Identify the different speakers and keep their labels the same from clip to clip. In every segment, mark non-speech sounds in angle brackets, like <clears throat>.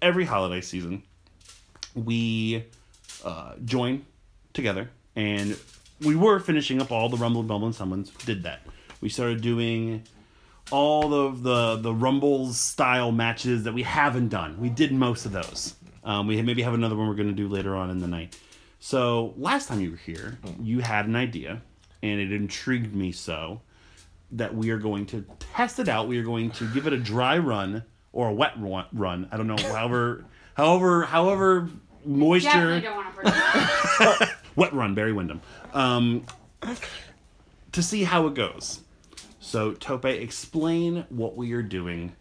Speaker 1: every holiday season, we uh, join together, and we were finishing up all the Rumble, Bumble, and Summons. Did that. We started doing all of the the Rumbles style matches that we haven't done. We did most of those. Um, we maybe have another one we're going to do later on in the night. So last time you were here, you had an idea, and it intrigued me so that we are going to test it out. We are going to give it a dry run or a wet ru- run. I don't know. However, however, however, moisture
Speaker 2: Definitely don't want to bring it.
Speaker 1: wet run. Barry Windham. Um, to see how it goes. So Tope, explain what we are doing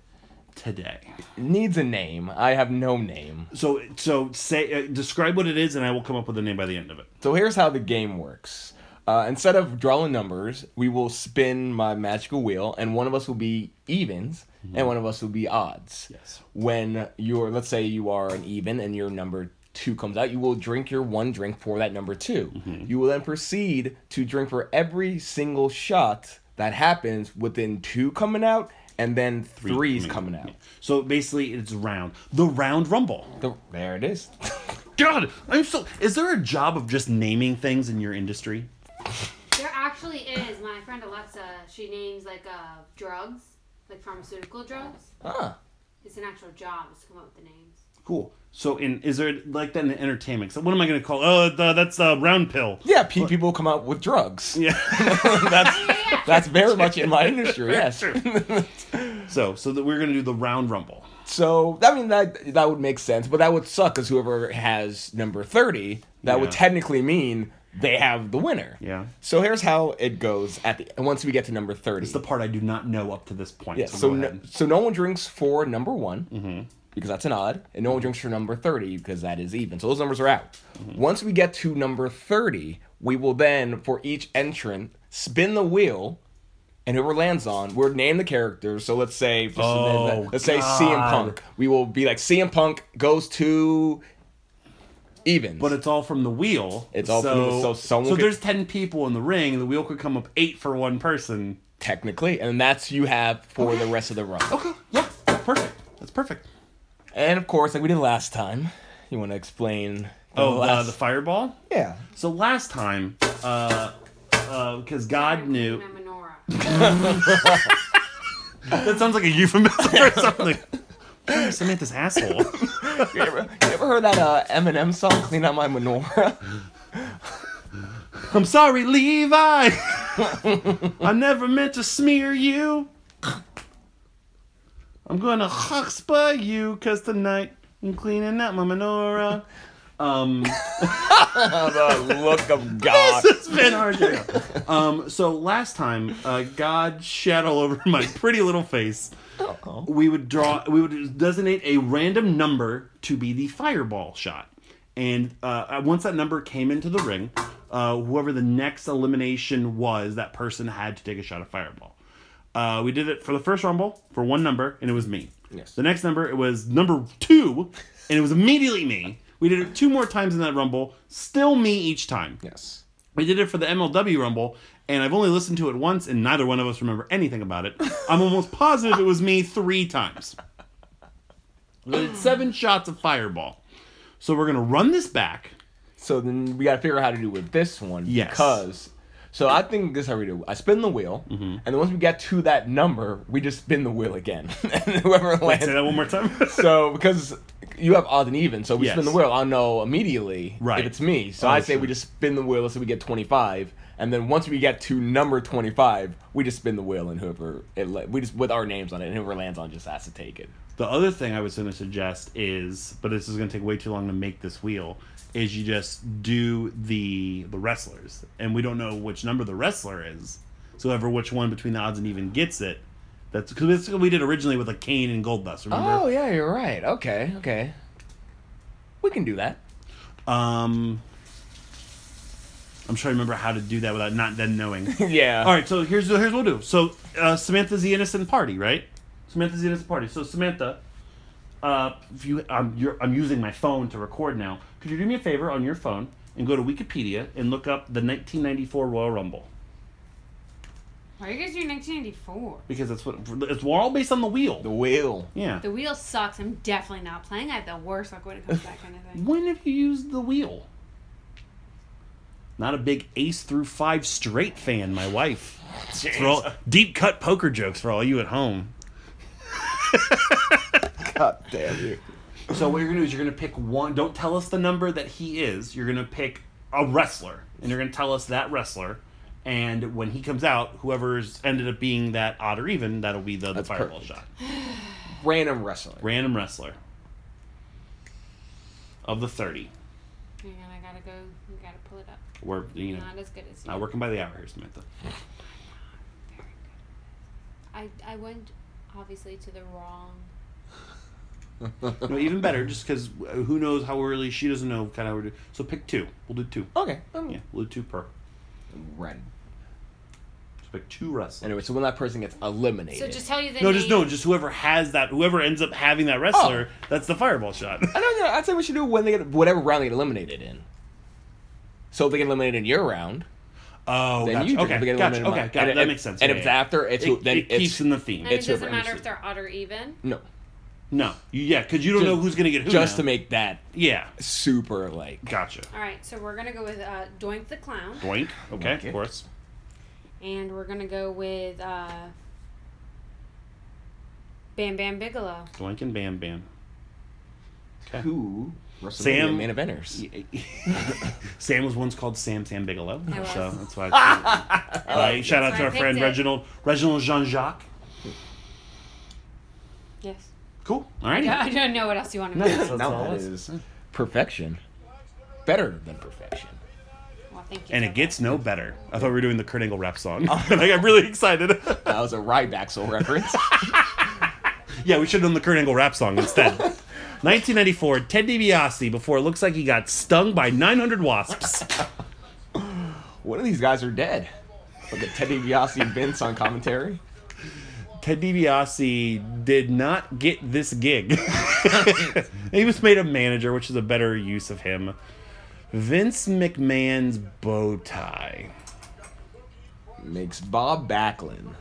Speaker 1: today.
Speaker 3: needs a name. I have no name.
Speaker 1: So so say uh, describe what it is, and I will come up with a name by the end of it.
Speaker 3: So here's how the game works. Uh, instead of drawing numbers, we will spin my magical wheel, and one of us will be evens, and one of us will be odds.
Speaker 1: Yes.
Speaker 3: When you're, let's say you are an even, and your number two comes out, you will drink your one drink for that number 2 You will then proceed to drink for every single shot that happens within two coming out, and then three's coming out.
Speaker 1: So basically, it's round. The round rumble.
Speaker 3: The- there it <laughs> is.
Speaker 1: God, I'm so. Is there a job of just naming things in your industry?
Speaker 2: There actually is. My friend Alexa, she names like uh, drugs, like pharmaceutical drugs.
Speaker 3: Huh.
Speaker 2: It's an actual job is to come up with the names.
Speaker 1: Cool. So, in is there like that in entertainment? So, what am I going to call? Oh, the, that's a round pill. <laughs>
Speaker 3: Yeah, pe- people come out with drugs.
Speaker 1: Yeah. <laughs>
Speaker 3: that's that's very much in my industry. Yes.
Speaker 1: So, so that we're going to do the round rumble.
Speaker 3: <laughs> So I mean that that would make sense, but that would suck because whoever has number thirty, that would
Speaker 1: Yeah.
Speaker 3: technically mean they have the winner.
Speaker 1: Yeah.
Speaker 3: So here's how it goes at the and once we get to number thirty.
Speaker 1: It's the part I do not know up to this point.
Speaker 3: yeah.
Speaker 1: so,
Speaker 3: So
Speaker 1: go
Speaker 3: no,
Speaker 1: ahead. Mm-hmm.
Speaker 3: so no one drinks for number one because that's an odd, and no one drinks for number thirty because that is even. So those numbers are out.
Speaker 1: Mm-hmm.
Speaker 3: Once we get to number thirty, we will then for each entrant spin the wheel. and whoever lands on, we'll name the character. So let's say, for-
Speaker 1: Oh,
Speaker 3: let's say CM Punk. We will be like CM Punk goes to even.
Speaker 1: But it's all from the wheel.
Speaker 3: It's all from the- so someone
Speaker 1: So
Speaker 3: could-
Speaker 1: there's ten people in the ring, and the wheel could come up eight for one person.
Speaker 3: technically, and that's you have for the rest of the run.
Speaker 1: Okay. Yeah. Perfect. That's perfect.
Speaker 3: And of course, like we did last time, you want to explain? the
Speaker 1: Oh, uh,
Speaker 3: last-
Speaker 1: the fireball.
Speaker 3: yeah.
Speaker 1: So last time, uh, because God knew.
Speaker 2: And a menorah.
Speaker 1: That sounds like a euphemism
Speaker 3: <laughs>
Speaker 1: or something. Samantha's asshole.
Speaker 3: you, ever, you ever heard that uh, Eminem song "Clean Out My Menorah"?
Speaker 1: I'm sorry, Levi. <laughs> I never meant to smear you. I'm gonna huxpa you, cause tonight I'm cleaning out my menorah. Um,
Speaker 3: oh, the look <laughs> of God.
Speaker 1: <laughs> it's been hard. to do. Um, so last time, uh, God shed all over my pretty little face.
Speaker 3: Uh-oh.
Speaker 1: we would draw we would designate a random number to be the fireball shot and uh, uh, once that number came into the ring uh, whoever the next elimination was that person had to take a shot of fireball uh, we did it for the first rumble for one number and it was me
Speaker 3: Yes.
Speaker 1: the next number it was number two and it was immediately me we did it two more times in that rumble still me each time
Speaker 3: Yes.
Speaker 1: we did it for the MLW Rumble, and I've only listened to it once, and neither one of us remember anything about
Speaker 3: <laughs>
Speaker 1: it. I'm almost positive it was me three times. We did seven shots of Fireball. So we're gonna run this back.
Speaker 3: So then we got to figure out how to do with this one
Speaker 1: Yes.
Speaker 3: because. So I think this is how we do. it. I spin the wheel, and then once we get to that number, we just spin the wheel again, <laughs> and whoever lands.
Speaker 1: Say that one more time.
Speaker 3: <laughs> So because you have odd and even, so we spin the
Speaker 1: Yes.
Speaker 3: wheel. I'll know immediately
Speaker 1: Right.
Speaker 3: if it's me. So
Speaker 1: Oh,
Speaker 3: I say
Speaker 1: sure.
Speaker 3: we just spin the wheel, so we get twenty five, and then once we get to number twenty five, we just spin the wheel, and whoever it le- we just with our names on it, and whoever lands on just has to take it.
Speaker 1: the other thing I was gonna suggest is, but this is gonna take way too long to make this wheel, is you just do the the wrestlers, and we don't know which number the wrestler is. So whoever which one between the odds and even gets it That's because that's what we did originally with like Kane and Gold Dust.
Speaker 3: Oh
Speaker 1: Remember?
Speaker 3: yeah, you're right. Okay, okay. We can
Speaker 1: <laughs>
Speaker 3: do that.
Speaker 1: Um, I'm trying to remember how to do that without not then knowing. <laughs>
Speaker 3: yeah.
Speaker 1: All right, so here's here's what we'll do. So uh, Samantha's the innocent party, right? Samantha's the innocent party. So Samantha, uh, if you, I'm you're, I'm using my phone to record now. Could you do me a favor on your phone and go to Wikipedia and look up the 1994 Royal Rumble
Speaker 2: Why are you guys doing 1984?
Speaker 1: because that's what it's we're all based on the
Speaker 3: The
Speaker 1: wheel.
Speaker 3: wheel.
Speaker 1: Yeah.
Speaker 2: The wheel sucks. I'm definitely not playing. I have the worst luck when it comes to that kind of <laughs> thing.
Speaker 1: When have you used the wheel? Not a big ace through five straight fan, my wife. For all, deep cut poker jokes for all you at home.
Speaker 3: God Oh, damn you.
Speaker 1: So what you're gonna do is you're gonna pick one. Don't tell us the number that he is. You're gonna pick a wrestler, and you're gonna tell us that wrestler. And when he comes out, whoever's ended up being that odd or even, that'll be the, the
Speaker 3: That's
Speaker 1: fireball
Speaker 3: perfect.
Speaker 1: shot.
Speaker 3: Random wrestling.
Speaker 1: Random wrestler of the thirty.
Speaker 2: Hang on, I gotta go. You gotta pull it up.
Speaker 1: We're you know
Speaker 2: Not as good as you.
Speaker 1: not working by the hour here, Samantha.
Speaker 2: Very good. I, I went obviously to the wrong.
Speaker 1: No, even better, just because who knows how early she doesn't know kind of. how we're do- So pick two. We'll do two.
Speaker 3: okay. Um,
Speaker 1: Yeah, we'll do two per.
Speaker 3: Red.
Speaker 1: So pick two wrestlers.
Speaker 3: Anyway, so when that person gets eliminated.
Speaker 2: So just tell you the
Speaker 1: No,
Speaker 2: name.
Speaker 1: just no, just whoever has that, whoever ends up having that wrestler, that's the fireball shot.
Speaker 3: I don't know. I'd say we should do when they get whatever round they get eliminated in. So if they get eliminated in your round,
Speaker 1: <laughs> Oh,
Speaker 3: then
Speaker 1: gotcha.
Speaker 3: you do.
Speaker 1: okay,
Speaker 3: If they get
Speaker 1: gotcha.
Speaker 3: eliminated in
Speaker 1: Okay,
Speaker 3: mine-
Speaker 1: got it.
Speaker 3: and
Speaker 1: That
Speaker 3: if-
Speaker 1: makes sense.
Speaker 3: And
Speaker 1: Yeah,
Speaker 3: if it's
Speaker 1: yeah.
Speaker 3: after, it's
Speaker 1: it,
Speaker 3: then
Speaker 1: it
Speaker 3: it's
Speaker 1: keeps in the theme.
Speaker 2: And it
Speaker 3: it's whoever
Speaker 2: doesn't matter
Speaker 3: enters
Speaker 2: if they're odd or even.
Speaker 3: no,
Speaker 1: no, you, yeah, because you don't
Speaker 3: Just-
Speaker 1: know who's gonna get who.
Speaker 3: just
Speaker 1: now.
Speaker 3: to make that
Speaker 1: yeah,
Speaker 3: super like.
Speaker 1: gotcha.
Speaker 2: All right, so we're gonna go with uh, Doink the clown,
Speaker 1: Doink. Okay,
Speaker 3: Okay.
Speaker 1: of course.
Speaker 2: and we're gonna go with uh, Bam Bam Bigelow.
Speaker 1: Doink and Bam Bam. Okay.
Speaker 3: Who?
Speaker 1: Sam-
Speaker 3: Sam main <laughs> eventers.
Speaker 1: <laughs> Sam was once called Sam Sam Bigelow,
Speaker 2: I was.
Speaker 1: so that's
Speaker 2: <laughs>
Speaker 1: why. I uh, shout out
Speaker 2: That's
Speaker 1: to
Speaker 2: why I
Speaker 1: our friend
Speaker 2: picked it.
Speaker 1: Reginald Reginald Jean Jacques.
Speaker 2: Yes.
Speaker 1: Cool. All right.
Speaker 2: <laughs> I don't know what else you want to
Speaker 1: No,
Speaker 2: know.
Speaker 1: that's all
Speaker 3: that
Speaker 1: it is.
Speaker 3: is perfection. Better than perfection.
Speaker 2: Well, thank you.
Speaker 1: And it
Speaker 2: Joe.
Speaker 1: gets no better. I thought we were doing the Kurt Angle rap
Speaker 2: <laughs>
Speaker 1: song. <laughs> and I got really excited. <laughs>
Speaker 3: That was a Rybacksel reference.
Speaker 1: Yeah, we should have done the Kurt Angle rap song instead.
Speaker 2: <laughs>
Speaker 1: 1994, Ted DiBiase before it looks like he got stung by 900 wasps.
Speaker 3: One of these guys are dead. Look at Teddy DiBiase and Vince on commentary.
Speaker 1: Ted DiBiase did not get this gig. <laughs> he was made a manager, which is a better use of him. Vince McMahon's bow tie.
Speaker 3: Makes Bob Backlund.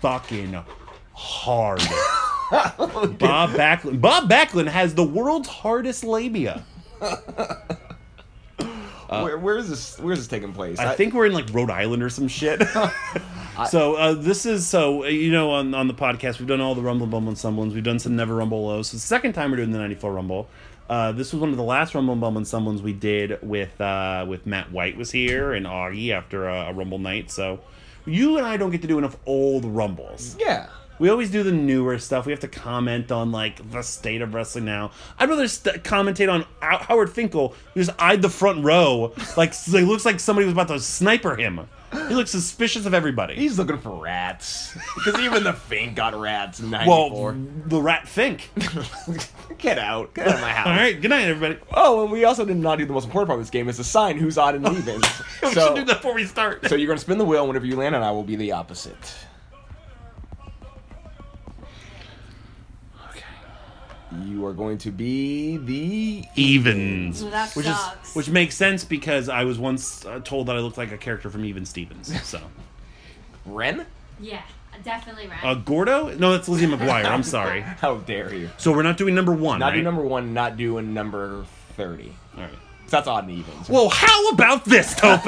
Speaker 1: Fucking hard. Bob Backlund. Bob Backlund has the world's hardest labia.
Speaker 3: where, where is this? Where is this taking place?
Speaker 1: Uh, I think we're in like Rhode Island or some shit. so uh, this is so uh, you know on, on the podcast we've done all the Rumble Bumble and Stumble ones. We've done some Never Rumble Lows. So the second time we're doing the '94 Rumble. Uh, this was one of the last Rumble Bumble and Stumble ones we did with uh, with Matt White was here and Augie after a, a Rumble night. So you and I don't get to do enough old Rumbles.
Speaker 3: Yeah.
Speaker 1: We always do the newer stuff. We have to comment on like the state of wrestling now. I'd rather st- commentate on Ho- Howard Finkel, who just eyed the front row like s- it looks like somebody was about to sniper him. He looks suspicious of everybody.
Speaker 3: He's looking
Speaker 1: <laughs>
Speaker 3: for rats. Because even the Fink got rats in
Speaker 1: Well,
Speaker 3: 94.
Speaker 1: the rat Fink.
Speaker 3: <laughs> get out. Get out of my house.
Speaker 1: All right, good night, everybody.
Speaker 3: Oh, and we also did not do the most important part of this game is assign who's odd and
Speaker 1: <laughs>
Speaker 3: even.
Speaker 1: We should do
Speaker 3: so,
Speaker 1: that before we start. <laughs>
Speaker 3: so you're going to spin the wheel, and whenever you land on, I will be the opposite. You are going to be the
Speaker 1: Evens,
Speaker 2: Well, that
Speaker 1: which
Speaker 2: sucks.
Speaker 1: is which makes sense because I was once uh, told that I looked like a character from Even Stevens.
Speaker 3: <laughs>
Speaker 1: So,
Speaker 3: Ren?
Speaker 2: yeah, definitely right.
Speaker 1: uh, Gordo? No, that's Lizzie McGuire. I'm sorry.
Speaker 3: How dare you?
Speaker 1: So we're not doing number one.
Speaker 3: Not
Speaker 1: right?
Speaker 3: do number one, not doing number 30.
Speaker 1: All right.
Speaker 3: So that's odd and even.
Speaker 1: Well, how about this, Tope?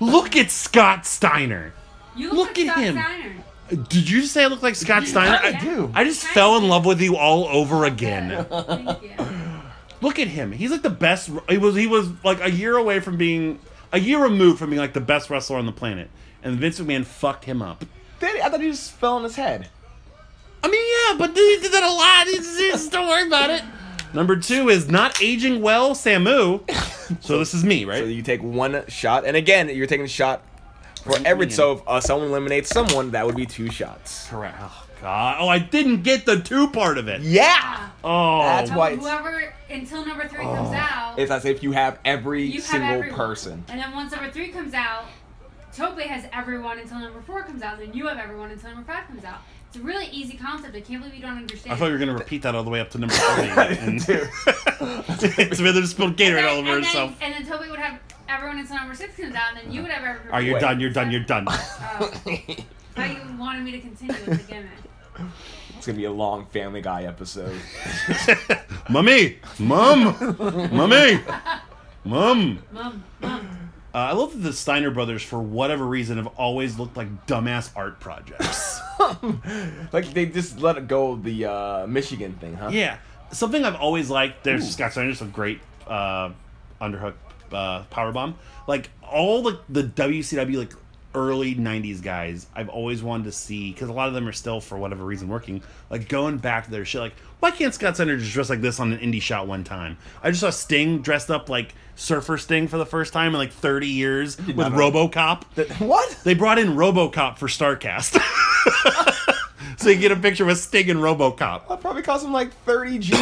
Speaker 1: look at Scott Steiner.
Speaker 2: you
Speaker 1: look
Speaker 2: like
Speaker 1: at
Speaker 2: Scott
Speaker 1: him.
Speaker 2: Steiner.
Speaker 1: Did you say I look like Scott Steiner?
Speaker 2: Oh,
Speaker 3: I do.
Speaker 1: I just fell in love with you all over again.
Speaker 2: <laughs> Thank you.
Speaker 1: Look at him. He's like the best. He was. He was like a year away from being a year removed from being like the best wrestler on the planet. And Vince McMahon fucked him up.
Speaker 3: Did he? I thought he just fell on his head.
Speaker 1: I mean, yeah, but he did that a lot. He's- he's- don't worry about it. Number two is not aging well, Samu. So this is me,
Speaker 3: So
Speaker 1: right?
Speaker 3: you take one shot, and again, you're taking a shot For every so if uh, someone eliminates someone, that would be two shots.
Speaker 1: Correct. Oh god. Oh, I didn't get the two part of it.
Speaker 3: Yeah.
Speaker 1: Oh.
Speaker 3: That's
Speaker 2: Oh,
Speaker 3: why it's-
Speaker 2: whoever until number three comes out,
Speaker 3: It's as if you have every
Speaker 2: you
Speaker 3: single
Speaker 2: have everyone. <laughs>
Speaker 3: person.
Speaker 2: And then once number three comes out, Tope has everyone until number four comes out. Then you have everyone until number five comes out. It's a really easy concept. I can't believe you don't understand.
Speaker 1: I thought you were gonna repeat that all the way up to
Speaker 3: <laughs>
Speaker 1: number thirty. and <laughs> it's Wither spilled Gatorade all over
Speaker 2: and then,
Speaker 1: herself.
Speaker 2: and then Toby would have everyone until number six comes out, and then you would have everyone.
Speaker 1: Are you
Speaker 3: Wait.
Speaker 1: done? You're done. You're done.
Speaker 2: Oh, I thought you wanted me to continue with the
Speaker 3: <laughs>
Speaker 2: gimmick.
Speaker 3: It's gonna be a long Family Guy episode. <laughs>
Speaker 1: Mummy, mum, mummy, mum.
Speaker 2: Mom, mom.
Speaker 1: Uh, I love that the Steiner brothers, for whatever reason, have always looked like dumbass art projects.
Speaker 3: like they just let it go of the uh, Michigan thing, huh?
Speaker 1: yeah, something I've always liked. There's Scott Steiner's a great uh, underhook uh, powerbomb. Like all the the WCW like early '90s guys, I've always wanted to see because a lot of them are still for whatever reason working. Like going back to their shit. Like why can't Scott Steiner just dress like this on an indie shot one time? I just saw Sting dressed up like Surfer Sting for the first time in like 30 years with
Speaker 3: not know.
Speaker 1: RoboCop.
Speaker 3: Th- what?
Speaker 1: They brought in RoboCop for Starcast. <laughs> so you get a picture of a Sting and RoboCop.
Speaker 3: That probably cost them like <coughs> thirty G's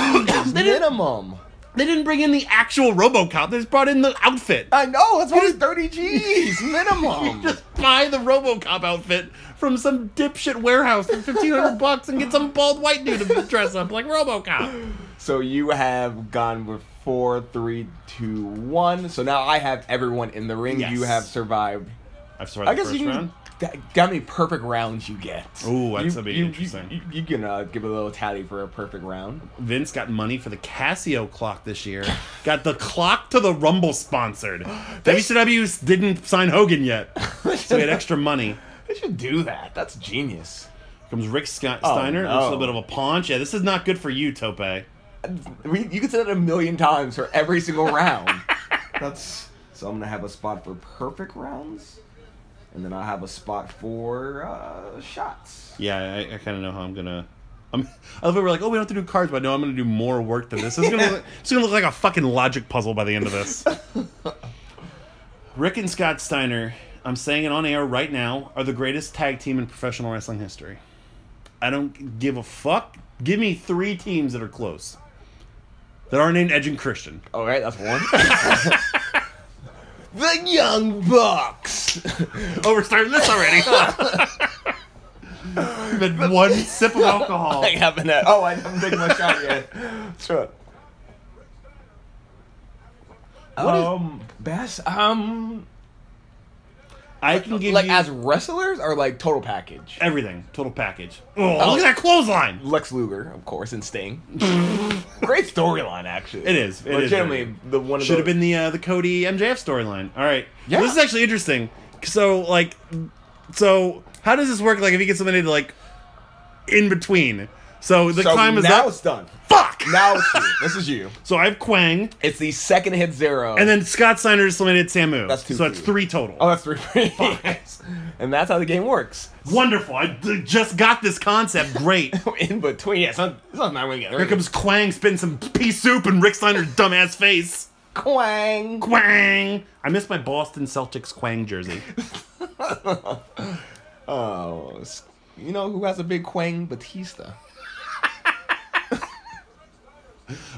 Speaker 3: minimum.
Speaker 1: They didn't bring in the actual RoboCop. They just brought in the outfit.
Speaker 3: I know that's probably thirty <laughs> G's minimum.
Speaker 1: Just buy the RoboCop outfit from some dipshit warehouse for fifteen hundred bucks and get some bald white dude to dress up like RoboCop.
Speaker 3: So you have gone with four, three, two, one. So now I have everyone in the ring. You
Speaker 1: Yes.
Speaker 3: have survived.
Speaker 1: I've survived
Speaker 3: I guess you can. That, how many perfect rounds you get?
Speaker 1: Ooh, that's
Speaker 3: You-
Speaker 1: gonna be
Speaker 3: you- you-
Speaker 1: interesting.
Speaker 3: You, you can uh, give a little tally for a perfect round. <laughs>
Speaker 1: Vince got money for the Casio clock this year. Got the clock to the Rumble sponsored. <gasps> WCW didn't sign Hogan yet, so he had extra money.
Speaker 3: They should do that. That's genius.
Speaker 1: Comes Rick Scott
Speaker 3: Oh,
Speaker 1: Steiner.
Speaker 3: no.
Speaker 1: Looks a bit of a paunch. Yeah, this is not good for you, Tope.
Speaker 3: We, you could say that a million times for every
Speaker 1: <laughs>
Speaker 3: single round. That's so. I'm gonna have a spot for perfect rounds, and then I have a spot for uh, shots.
Speaker 1: Yeah, I, I kind of know how I'm gonna. I'm, I love it. We're like, oh, we don't have to do cards, but no, I'm gonna do more work than this. It's gonna, look, it's gonna look like a fucking logic puzzle by the end of this. Rick and Scott Steiner, I'm saying it on air right now, are the greatest tag team in professional wrestling history. I don't give a fuck. Give me three teams that are close, that aren't named Edge and Christian.
Speaker 3: All right, that's one. <laughs> the Young Bucks. <laughs>
Speaker 1: Oh, we're starting this already. We've had one sip of alcohol.
Speaker 3: I haven't. Had, oh, I haven't taken my shot yet. <laughs> Sure. um, best um,
Speaker 1: I can give
Speaker 3: like
Speaker 1: you
Speaker 3: as wrestlers or like total package.
Speaker 1: everything, total package. Oh, look at that clothesline.
Speaker 3: Lex Luger, of course, and <laughs> Sting. Great storyline, actually.
Speaker 1: It is, it is
Speaker 3: legitimately
Speaker 1: very
Speaker 3: the one of
Speaker 1: Should have
Speaker 3: the-
Speaker 1: been the uh, the Cody MJF storyline. All right,
Speaker 3: Yeah.
Speaker 1: this is actually interesting. So like, so how does this work? Like, if you get somebody to like in between, so the
Speaker 3: So
Speaker 1: time is
Speaker 3: now
Speaker 1: up.
Speaker 3: it's done.
Speaker 1: Fuck.
Speaker 3: Now it's you. This is you.
Speaker 1: So I have Quang,
Speaker 3: It's the second hit zero,
Speaker 1: and then Scott Steiner just eliminated Samu.
Speaker 3: That's two
Speaker 1: So
Speaker 3: for
Speaker 1: that's
Speaker 3: you.
Speaker 1: three total.
Speaker 3: oh, that's three. <laughs> Yes. and that's how the game works.
Speaker 1: Wonderful. I d- just got this concept.
Speaker 3: <laughs>
Speaker 1: Great.
Speaker 3: In between, yeah, it's not, it's not nine together.
Speaker 1: Here comes Quang spitting some pea soup in Rick Steiner's dumbass face.
Speaker 3: Quang.
Speaker 1: Quang! I miss my Boston Celtics Quang jersey.
Speaker 3: Oh, s- you know who has a big Quang? Batista.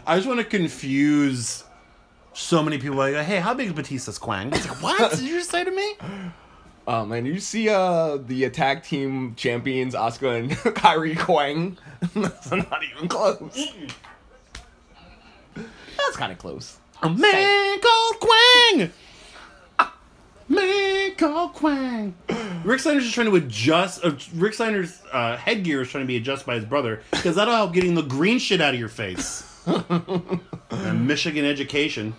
Speaker 1: I just want to confuse so many people. Like, hey, how big is Batista's Quang? It's like, what did you just say to me?
Speaker 3: Oh man, you see uh the attack team champions Oscar and <laughs> Kyrie Quang. <laughs> That's not even close. That's kind of close.
Speaker 1: A man called Quang! <laughs> Man called Quang! Rick Steiner's just trying to adjust. Uh, Rick Steiner's uh, headgear is trying to be adjusted by his brother because that'll help getting the green shit out of your face. And Michigan education.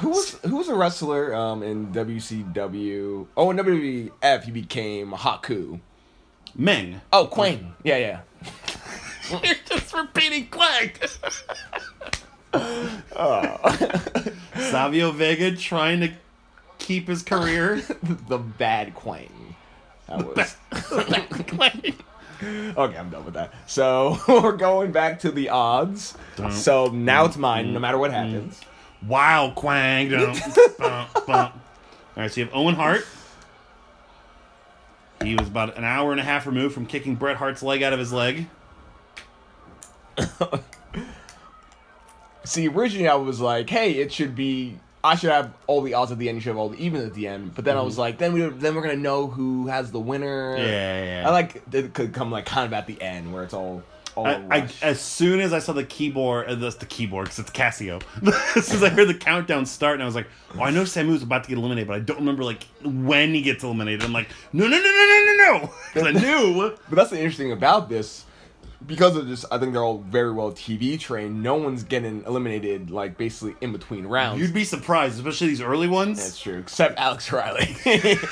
Speaker 3: Who was who was a wrestler um in WCW? Oh, in WWF he became Haku.
Speaker 1: Meng.
Speaker 3: Oh,
Speaker 1: Mm-hmm.
Speaker 3: Quang. Yeah, yeah. <laughs>
Speaker 1: You're just repeating Quang. <laughs> Savio Vega trying to keep his career.
Speaker 3: The bad Quang.
Speaker 1: <laughs>
Speaker 3: That was okay. I'm done with that. So <laughs> we're going back to the odds. So
Speaker 1: Mm-hmm.
Speaker 3: now it's mine, no matter what happens.
Speaker 1: wow, Quang. Dun, bum, bum. All right, so you have Owen Hart. He was about an hour and a half removed from kicking Bret Hart's leg out of his leg.
Speaker 3: See, originally I was like, hey, it should be. I should have all the odds at the end. You should have all the evens at the end. But then I was like, then we then we're gonna know who has the winner.
Speaker 1: Mm-hmm. Yeah, yeah, yeah.
Speaker 3: I like it could come like kind of at the end where it's all all.
Speaker 1: I, I,
Speaker 3: rushed.
Speaker 1: as soon as I saw the keyboard, uh, that's the keyboard 'cause it's Casio. <laughs> as soon as I heard the countdown start, and I was like, "Oh, I know Samu's about to get eliminated, but I don't remember like when he gets eliminated." I'm like, "No, no, no, no, no, <laughs> no, no!" 'Cause I <laughs> knew.
Speaker 3: But that's the interesting thing about this, because of this. I think they're all very well TV trained. No one's getting eliminated like basically in between rounds.
Speaker 1: You'd be surprised, especially these early ones.
Speaker 3: That's
Speaker 1: <laughs>
Speaker 3: true, except Alex Riley. That's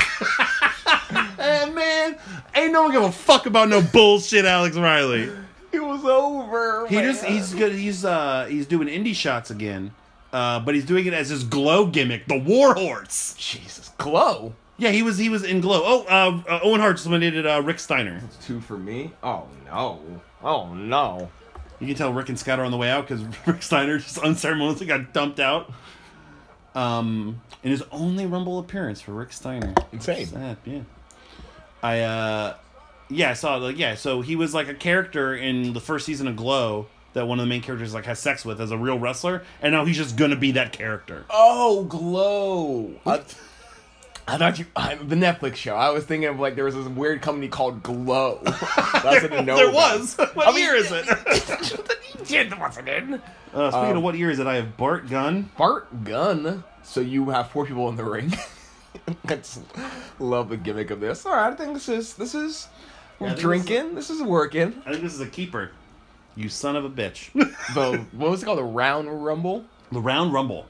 Speaker 1: Eh, man, ain't no one give a fuck about Oh, no bullshit, Alex Riley.
Speaker 3: <laughs> it was over.
Speaker 1: He just he's good. He's uh he's doing indie shots again, uh, but he's doing it as his glow gimmick, the War Horse.
Speaker 3: Jesus glow.
Speaker 1: Yeah, he was he was in glow. Oh, uh, uh, Owen Hart just eliminated uh, Rick Steiner.
Speaker 3: Two for me. Oh no. Oh no.
Speaker 1: You can tell Rick and Scott are on the way out because <laughs> Rick Steiner just unceremoniously got dumped out. Um, in his only Rumble appearance for Rick Steiner.
Speaker 3: Insane.
Speaker 1: Sad, yeah. I uh, yeah, I saw like yeah. So he was like a character in the first season of Glow that one of the main characters like has sex with as a real wrestler, and now he's just gonna be that character.
Speaker 3: Oh, Glow. I, I thought you I, the Netflix show. I was thinking of like there was this weird company called
Speaker 1: <laughs>
Speaker 3: Glow. That's there,
Speaker 1: there was. <laughs> What
Speaker 3: I mean,
Speaker 1: year is
Speaker 3: <laughs>
Speaker 1: it?
Speaker 3: it wasn't in.
Speaker 1: Uh, speaking
Speaker 3: Um,
Speaker 1: of what year is it, I have Bart Gunn.
Speaker 3: Bart Gunn. So you have four people in the ring. <laughs> That's love the gimmick of this. All right, I think this is this is
Speaker 1: I
Speaker 3: we're
Speaker 1: think
Speaker 3: drinking. This is working.
Speaker 1: I think this is a keeper. You son of a
Speaker 3: <laughs>
Speaker 1: bitch.
Speaker 3: The what was it called? The round rumble,
Speaker 1: the Round Rumble.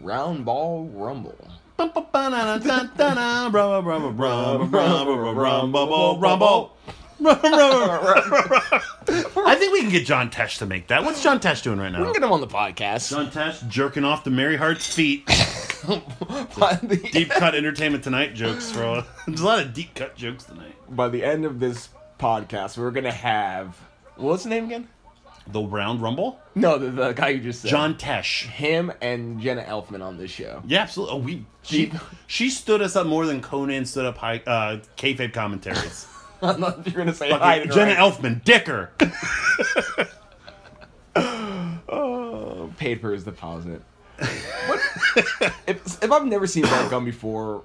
Speaker 3: round ball rumble.
Speaker 1: I think we can get John Tesh to make that. What's John Tesh doing right
Speaker 3: We can
Speaker 1: now?
Speaker 3: get him on the podcast.
Speaker 1: John Tesh jerking off to Mary Hart's feet.
Speaker 3: <laughs> by, the,
Speaker 1: Deep cut entertainment tonight jokes for all. <laughs> There's a lot of deep cut jokes tonight.
Speaker 3: by the end of this podcast, we're gonna have what's his name again?
Speaker 1: The Round Rumble.
Speaker 3: No, the, the guy you just said.
Speaker 1: John Tesh.
Speaker 3: him and Jenna Elfman on this show. <laughs>
Speaker 1: Yeah, absolutely. Oh, we she
Speaker 3: Deep.
Speaker 1: she stood us up more than Conan stood up high, uh, kayfabe <laughs> commentaries.
Speaker 3: I thought you were gonna say hi to
Speaker 1: Jenna
Speaker 3: Ryan.
Speaker 1: Elfman, Dicker.
Speaker 3: paid for his deposit. What- if, if I've never seen Bart Gum before,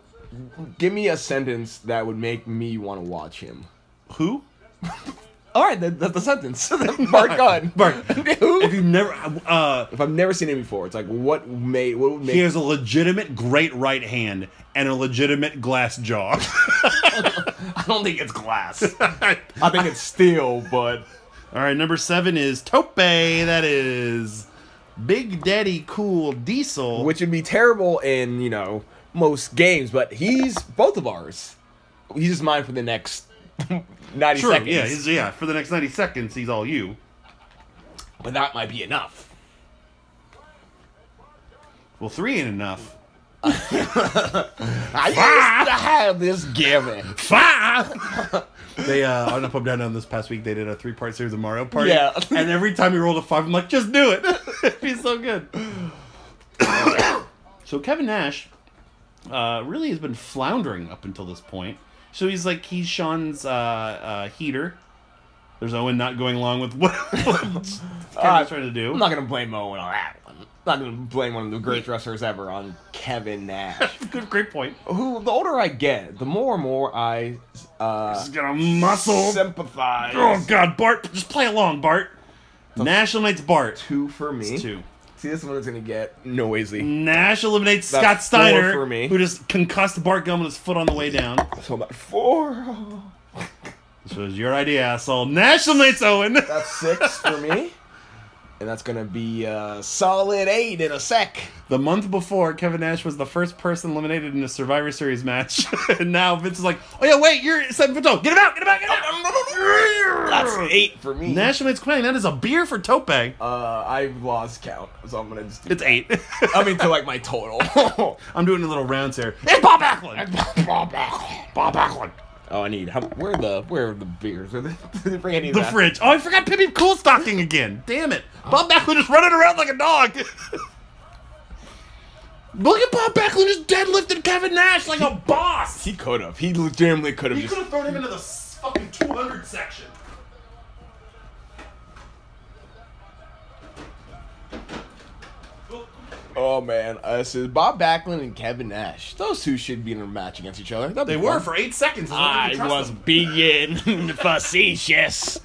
Speaker 3: give me a sentence that would make me want to watch him.
Speaker 1: Who?
Speaker 3: All right, that, that's the sentence. <laughs> Bart Gunn. <laughs>
Speaker 1: Bart.
Speaker 3: Who?
Speaker 1: If you never, uh,
Speaker 3: If I've never seen him before, it's like what made what would make
Speaker 1: he has a legitimate great right hand and a legitimate glass jaw. <laughs>
Speaker 3: I don't think it's glass.
Speaker 1: All
Speaker 3: I think it's steel, but
Speaker 1: right, number seven is Tope. That is Big Daddy Cool Diesel.
Speaker 3: which would be terrible in you know most games. But he's both of ours. He's just mine for the next <laughs> ninety
Speaker 1: sure,
Speaker 3: seconds.
Speaker 1: yeah, he's- yeah. For the next ninety seconds, he's all you.
Speaker 3: but that might
Speaker 1: <laughs>
Speaker 3: be enough.
Speaker 1: Well, three ain't enough.
Speaker 3: I used to have this gimmick.
Speaker 1: Five. they uh, on up up down down this past week. They did a three part series of Mario Party.
Speaker 3: Yeah.
Speaker 1: <laughs> and every time he rolled a five, I'm like, just do it. <laughs> It'd be so good. <coughs> so Kevin Nash uh, really has been floundering up until this point. So he's like he's Sean's uh, uh, heater. There's Owen not going along with <laughs> what Kevin's
Speaker 3: Uh,
Speaker 1: trying to do.
Speaker 3: I'm not gonna blame Owen on that one. I'm not gonna blame one of the great wrestlers ever on
Speaker 1: <laughs>
Speaker 3: Kevin Nash.
Speaker 1: Good, great point.
Speaker 3: Who the older I get, the more and more I uh,
Speaker 1: He's got a muscle.
Speaker 3: sympathize.
Speaker 1: Oh God, Bart, just play along, Bart. Nash eliminates Bart.
Speaker 3: Two for me.
Speaker 1: Two.
Speaker 3: See, this one is gonna get noisy.
Speaker 1: Nash eliminates
Speaker 3: That's
Speaker 1: Scott Steiner,
Speaker 3: four for me.
Speaker 1: who just concussed Bart Gum with his foot on the way down.
Speaker 3: So about four.
Speaker 1: This was your idea, asshole. Nash eliminates Owen. <laughs>
Speaker 3: That's six for me. And that's gonna be a solid eight in a sec.
Speaker 1: The month before, Kevin Nash was the first person eliminated in a Survivor Series match, <laughs> and now Vince is like, "Oh yeah, wait, you're seven foot tall. Get him out! Get him out! Get him out!"
Speaker 3: That's eight for me.
Speaker 1: Nash eliminates Quang. That is a beer for Tope.
Speaker 3: Uh, I've lost count, so I'm gonna just. Do
Speaker 1: it's eight. <laughs>
Speaker 3: I'm into like my total.
Speaker 1: I'm doing a little rounds here. It's Bob Backlund.
Speaker 3: Bob Backlund. Bob Backlund. Oh, I need. how- Where the where are the beers? Are they, <laughs> did they bring any of
Speaker 1: The
Speaker 3: that?
Speaker 1: fridge. Oh, I forgot Pippi Coolstocking again. Damn it. Bob Backlund is running around like a dog. <laughs> Look at Bob Backlund just deadlifted Kevin Nash like a boss.
Speaker 3: He could have. He legitimately could have
Speaker 1: He
Speaker 3: just.
Speaker 1: could have thrown him into the s- fucking 200 section.
Speaker 3: Oh man, uh, so Bob Backlund and Kevin Nash. Those two should be in a match against each other. That'd
Speaker 1: They
Speaker 3: be
Speaker 1: were
Speaker 3: fun.
Speaker 1: for eight seconds.
Speaker 4: I was being facetious.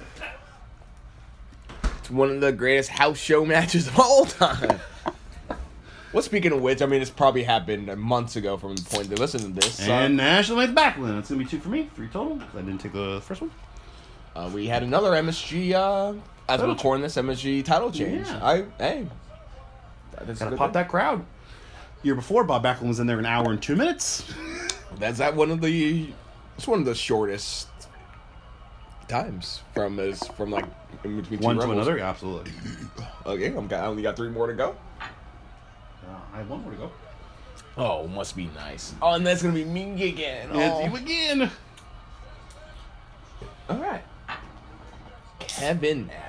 Speaker 3: It's one of the greatest house show matches of all time. well, speaking of which, I mean, it's probably happened months ago from the point they listened to this. so,
Speaker 1: And Nash and Lance Backlund. That's gonna be two for me, three total. 'cause I didn't take the first one.
Speaker 3: uh, we had another MSG. Uh, as we're
Speaker 1: Title
Speaker 3: recording this, MSG title change.
Speaker 1: Yeah.
Speaker 3: I hey, that's a
Speaker 1: Gotta
Speaker 3: good
Speaker 1: pop
Speaker 3: thing.
Speaker 1: that crowd. Year before, Bob Backlund was in there an hour and two minutes.
Speaker 3: That's that one of the. It's one of the shortest times from is from like in between two
Speaker 1: One to
Speaker 3: Rumbles.
Speaker 1: another, yeah, absolutely.
Speaker 3: Okay, I'm got, I only got three more to go.
Speaker 1: Uh, I have one more to go.
Speaker 3: Oh, must be nice. Oh, and that's gonna be me again. Oh.
Speaker 1: It's you again.
Speaker 3: All right, Kevin Nash.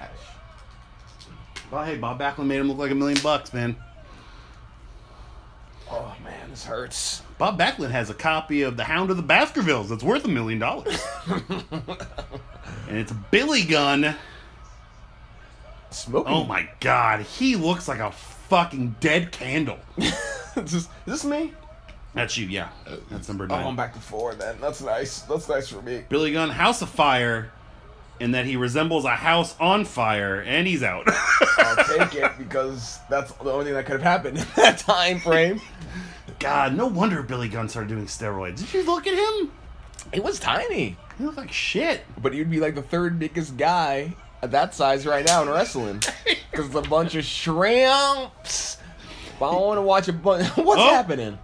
Speaker 1: Well, hey, Bob Backlund made him look like a million bucks, man.
Speaker 3: Oh man, this hurts.
Speaker 1: Bob Backlund has a copy of The Hound of the Baskervilles that's worth a million dollars.
Speaker 3: <laughs>
Speaker 1: And it's Billy Gunn.
Speaker 3: Smoking.
Speaker 1: Oh my god, he looks like a fucking dead candle.
Speaker 3: <laughs> is, this, is this me?
Speaker 1: That's you, yeah. That's number
Speaker 3: Oh,
Speaker 1: nine.
Speaker 3: I'm back to four then. That's nice. That's nice for me.
Speaker 1: Billy Gunn, House of Fire, and that he resembles a house on fire, and he's out. <laughs>
Speaker 3: I'll take it because that's the only thing that could have happened in that time frame.
Speaker 1: God, no wonder Billy Gunn started doing steroids. Did you look at him?
Speaker 3: it was tiny,
Speaker 1: He looked like shit.
Speaker 3: but you'd be like the third biggest guy at that size right now in
Speaker 1: <laughs>
Speaker 3: wrestling because it's a bunch of shrimps. But I want to watch a bunch. <laughs> What's
Speaker 1: Oh.
Speaker 3: happening?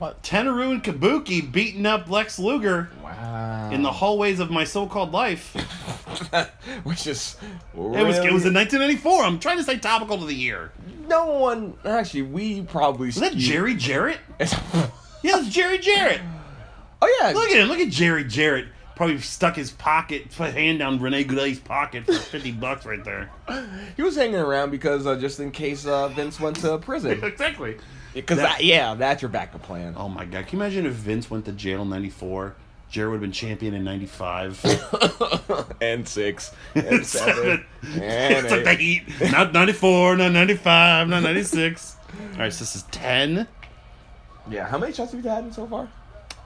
Speaker 1: Tenaru and Kabuki beating up Lex Luger
Speaker 3: Wow.
Speaker 1: in the hallways of my so-called life.
Speaker 3: <laughs> Which is
Speaker 1: It was it was in 1994. I'm trying to say topical to the year.
Speaker 3: no one actually we probably
Speaker 1: Is that
Speaker 3: <laughs>
Speaker 1: Jerry Jarrett? Yeah, it's Jerry Jarrett.
Speaker 3: oh yeah
Speaker 1: Look at him. Look at Jerry Jarrett. Probably stuck his pocket put hand down Rene Goulet's pocket for 50 bucks right there.
Speaker 3: He was hanging around because uh, just in case uh, Vince went
Speaker 1: <laughs>
Speaker 3: to prison.
Speaker 1: Exactly.
Speaker 3: Because
Speaker 1: That-
Speaker 3: that, yeah, that's your backup plan.
Speaker 1: Oh my god, can you imagine if Vince went to jail in 94? Jarrett would have been champion in 95. <laughs>
Speaker 3: and six, and <laughs> seven, and
Speaker 1: it's like the
Speaker 3: eight.
Speaker 1: heat. Not 94, not 95, not 96. All right, so this is 10.
Speaker 3: Yeah, how many shots have we had so far?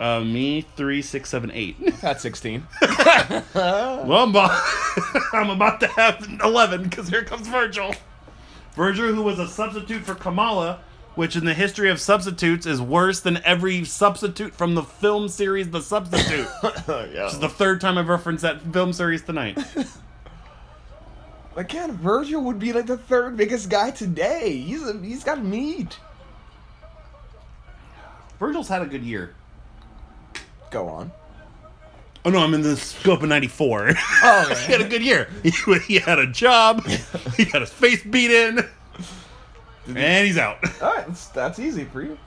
Speaker 1: Uh, me, three, six, seven, eight. <laughs>
Speaker 3: That's sixteen. <laughs>
Speaker 1: Well, I'm about, <laughs> I'm about to have 11 because here comes Virgil. Virgil, who was a substitute for Kamala, which in the history of substitutes is worse than every substitute from the film series The Substitute. <laughs> this is the third time I've referenced that film series <laughs> tonight.
Speaker 3: Again, Virgil would be like the third biggest guy today. He's a, he's got meat.
Speaker 1: Virgil's had a good year.
Speaker 3: Go on.
Speaker 1: Oh no, I'm in the scope of '94.
Speaker 3: <laughs> Oh,
Speaker 1: <laughs> he had a good year. <laughs> He, wa- he had a <laughs> job. he got his face beat in, and he's out.
Speaker 3: All right, that's, that's easy for you.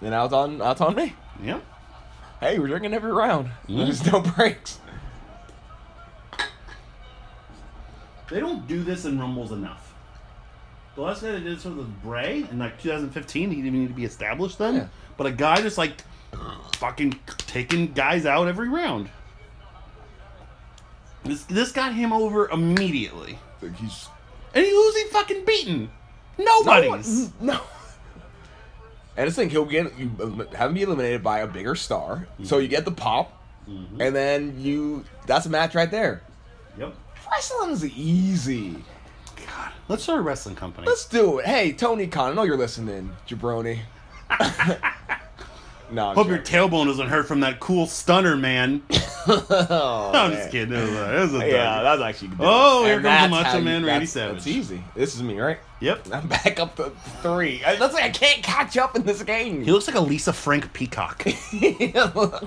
Speaker 3: Then out on out on me. Mm-hmm.
Speaker 1: Yeah.
Speaker 3: Hey, we're drinking every round. There's no breaks.
Speaker 1: They don't do this in Rumbles enough. The last guy that did this was Bray in like 2015. He didn't even need to be established then.
Speaker 3: Yeah.
Speaker 1: But a guy just like fucking taking guys out every round. This this got him over immediately.
Speaker 3: He's
Speaker 1: And he, who's he fucking beaten?
Speaker 3: No,
Speaker 1: Nobody's. <laughs>
Speaker 3: one- no. And it's like he'll get you have him be eliminated by a bigger star, so you get the pop,
Speaker 1: Mm-hmm.
Speaker 3: and then you that's a match right there.
Speaker 1: Yep.
Speaker 3: Wrestling is easy.
Speaker 1: God, let's start a wrestling company.
Speaker 3: Let's do it. Hey, Tony Khan, I know you're listening, jabroni. <laughs> no, I'm
Speaker 1: Hope your
Speaker 3: joking.
Speaker 1: tailbone doesn't hurt from that cool stunner, man. <laughs>
Speaker 3: Oh,
Speaker 1: No, I'm
Speaker 3: man.
Speaker 1: just kidding. It was a, it was a
Speaker 3: Yeah,
Speaker 1: dud.
Speaker 3: that's actually. Good.
Speaker 1: Oh, here
Speaker 3: And
Speaker 1: comes the
Speaker 3: that's
Speaker 1: Macho
Speaker 3: how you-
Speaker 1: Man Randy
Speaker 3: that's-
Speaker 1: Savage.
Speaker 3: That's easy. This is me, right?
Speaker 1: Yep.
Speaker 3: I'm back up to three. I- That's like I can't catch up in this game.
Speaker 1: He looks like a Lisa Frank peacock.
Speaker 3: <laughs> he looks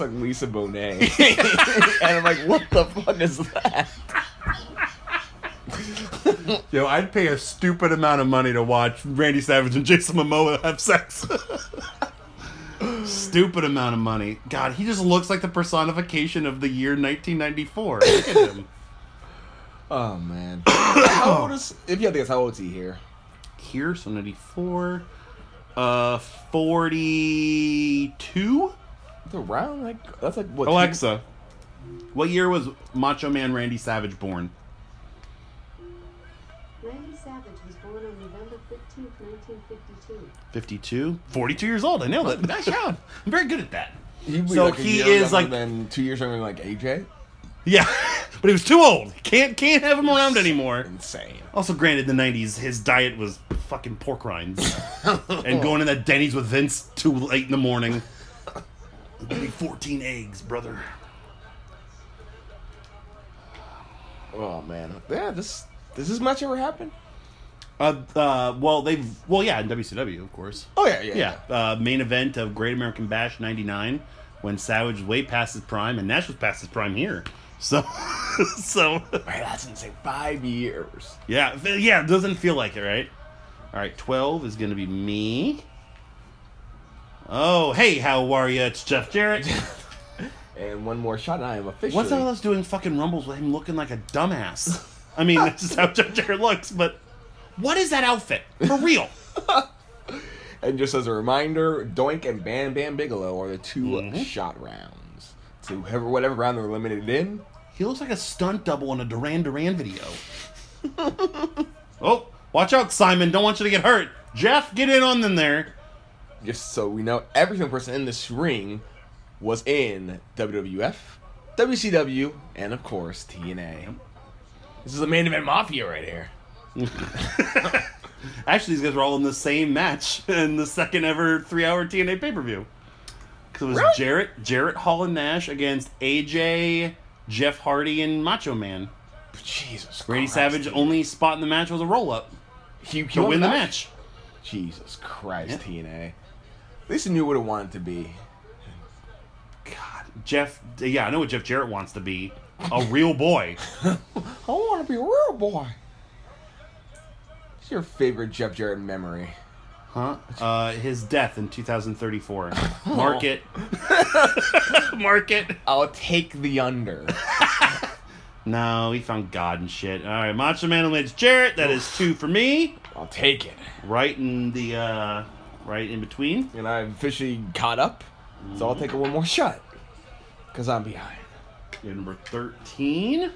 Speaker 3: like Lisa Bonet. <laughs> and I'm like, what the fuck is that?
Speaker 1: Yo, I'd pay a stupid amount of money to watch Randy Savage and Jason Momoa have sex. <laughs> stupid amount of money. God, he just looks like the personification of the year 1994. Look at him.
Speaker 3: <coughs> Oh man. how old is if you had to guess how old is he here?
Speaker 1: here, so 94. Uh, 42?
Speaker 3: It's around like that's like what?
Speaker 1: Alexa, what year was Macho Man Randy Savage born?
Speaker 5: Randy Savage was born on November 15, 1952.
Speaker 1: 52? 42 years old. I nailed it. Nice job. I'm very good at that.
Speaker 3: He'd be
Speaker 1: So
Speaker 3: like a
Speaker 1: he
Speaker 3: year
Speaker 1: is, like-
Speaker 3: younger than two years younger than like AJ.
Speaker 1: Yeah, <laughs> but he was too old. Can't can't have him around anymore.
Speaker 3: Insane.
Speaker 1: Also, granted, in the '90s his diet was fucking pork <laughs> rinds, and going to that Denny's with Vince too late in the morning. Give me 14 eggs, brother.
Speaker 3: Oh man, yeah. This does this match ever happen?
Speaker 1: Uh, uh, well, they've well, yeah, in WCW, of course.
Speaker 3: Oh yeah, yeah.
Speaker 1: Yeah, uh, main event of Great American Bash '99 when Savage was way past his prime, and Nash was past his prime here. <laughs> So, so
Speaker 3: Right, that's insane. Five years.
Speaker 1: Yeah, f- yeah, it doesn't feel like it, right? All right, 12 is going to be me. Oh, hey, how are you? It's Jeff Jarrett.
Speaker 3: And one more shot, and I am officially.
Speaker 1: What's all us doing fucking rumbles with him looking like a dumbass? I mean, that's just how Jeff Jarrett looks, but what is that outfit? For real.
Speaker 3: And just as a reminder, Doink and Bam Bam Bigelow are the 2
Speaker 1: Mhm.
Speaker 3: shot rounds. So whoever, whatever round they're limited in.
Speaker 1: He looks like a stunt double in a Duran Duran video. <laughs> oh, watch out, Simon. Don't want you to get hurt. Jeff, get in on them there.
Speaker 3: Just so we know, every single person in this ring was in WWF, WCW, and of course TNA. This is the main event mafia right here.
Speaker 1: Actually, these guys were all in the same match <laughs> in the second ever three-hour TNA pay-per-view. Because it was
Speaker 3: Really?
Speaker 1: Jarrett, Jarrett Hall and Nash against AJ, Jeff Hardy, and Macho Man.
Speaker 3: Jesus,
Speaker 1: Randy
Speaker 3: Christ.
Speaker 1: Savage only spot in the match was a roll-up
Speaker 3: he, he
Speaker 1: to
Speaker 3: won
Speaker 1: win the match.
Speaker 3: Jesus Christ, TNA. At least he knew what it wanted to be.
Speaker 1: God, Jeff. Yeah, I know what Jeff Jarrett wants to be. A real boy.
Speaker 3: I want to be a real boy. What's your favorite Jeff Jarrett memory?
Speaker 1: Huh? Uh, his death in <laughs> 2034. Mark it. Oh. Mark it.
Speaker 3: I'll take the under.
Speaker 1: <laughs> No, he found God and shit. All right, Macho Man and Lynch Jarrett. That is two for me.
Speaker 3: I'll take it.
Speaker 1: right in the uh right in between
Speaker 3: And I've officially caught up, so I'll take it one more shot. Because I'm behind.
Speaker 1: Yeah, number 13 which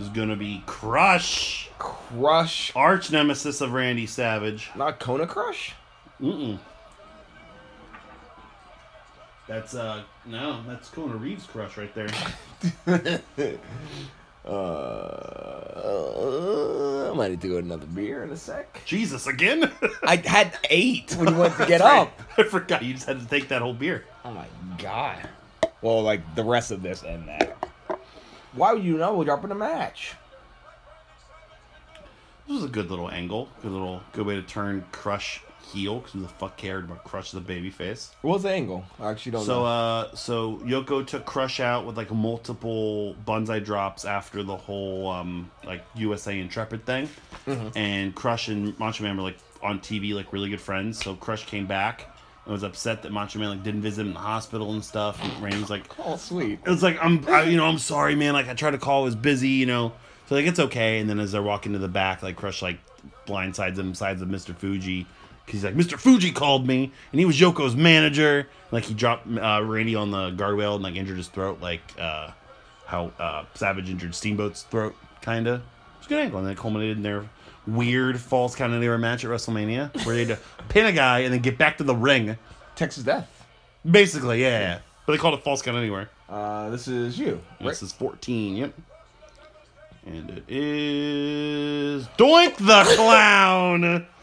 Speaker 1: is gonna be crush
Speaker 3: Crush.
Speaker 1: arch nemesis of randy savage
Speaker 3: Not Kona Crush?
Speaker 1: Mm-mm. that's uh no that's Kona reeves crush right <laughs> there
Speaker 3: Uh, I might need to go to another beer in a sec.
Speaker 1: jesus again
Speaker 3: I had eight when you went
Speaker 1: <laughs>
Speaker 3: to get up.
Speaker 1: i forgot you just had to take that whole beer
Speaker 3: Oh my god. Well, like the rest of this and that. Why would you know we're dropping a match?
Speaker 1: this was a good little angle good little good way to turn crush heel because who the fuck cared about crush the baby face
Speaker 3: What's the angle? I actually don't
Speaker 1: So
Speaker 3: know.
Speaker 1: uh so Yoko took Crush out with like multiple bonsai drops after the whole um like USA Intrepid thing. And Crush and Macho Man were like on TV like really good friends. So Crush came back and was upset that Macho Man like didn't visit him in the hospital and stuff. And Randy was like
Speaker 3: oh, sweet.
Speaker 1: it was like I'm I, you know, I'm sorry man, like I tried to call, I was busy, you know. So like it's okay and then as they're walking to the back like Crush like blindsides him sides of Mr. Fuji. Cause he's like, Mr. Fuji called me, and he was Yoko's manager. Like he dropped uh, Randy on the guardrail and like injured his throat, like uh, how uh, Savage injured Steamboat's throat, kinda. It's a good angle, and then it culminated in their weird false count anywhere match at WrestleMania, where they had to <laughs> pin a guy and then get back to the ring.
Speaker 3: Texas Death.
Speaker 1: Basically, yeah, yeah. yeah. But they called it false count anywhere.
Speaker 3: Uh, this is you.
Speaker 1: And This is 14, yep. And it is Doink the Clown. <laughs>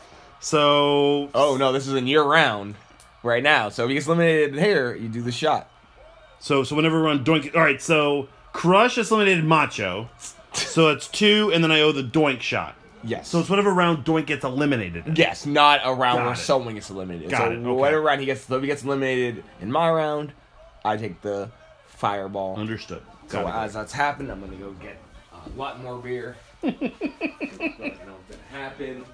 Speaker 1: So
Speaker 3: Oh no, this is in year round right now. So if he gets eliminated here, you do the shot.
Speaker 1: so so whenever we're on Doink all right, so Crush has eliminated Macho. So it's two, and then I owe the Doink shot.
Speaker 3: Yes.
Speaker 1: So it's whatever round Doink gets eliminated. in.
Speaker 3: yes, not a round
Speaker 1: Got
Speaker 3: where
Speaker 1: it.
Speaker 3: someone gets eliminated.
Speaker 1: Got
Speaker 3: so
Speaker 1: it, okay.
Speaker 3: whatever round he gets, if he gets eliminated in my round, I take the fireball.
Speaker 1: Understood.
Speaker 3: so
Speaker 1: Got it.
Speaker 3: as that's happened, I'm gonna go get a lot more
Speaker 1: <laughs>
Speaker 3: beer. I don't know what's gonna happen.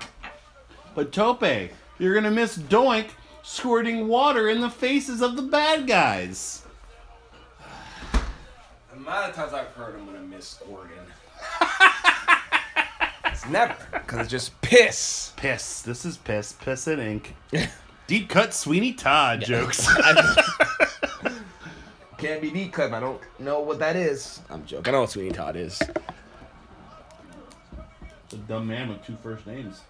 Speaker 1: But Tope, you're gonna miss Doink squirting water in the faces of the bad guys. <laughs>
Speaker 3: The amount of times I've heard I'm gonna miss Oregon. It's never. Because it's just piss.
Speaker 1: Piss. This is piss. Piss and ink. Deep cut Sweeney Todd jokes.
Speaker 3: <laughs> Can't be deep cut. I don't know what that is. I'm joking. I know what Sweeney Todd is.
Speaker 1: the dumb man with two first names.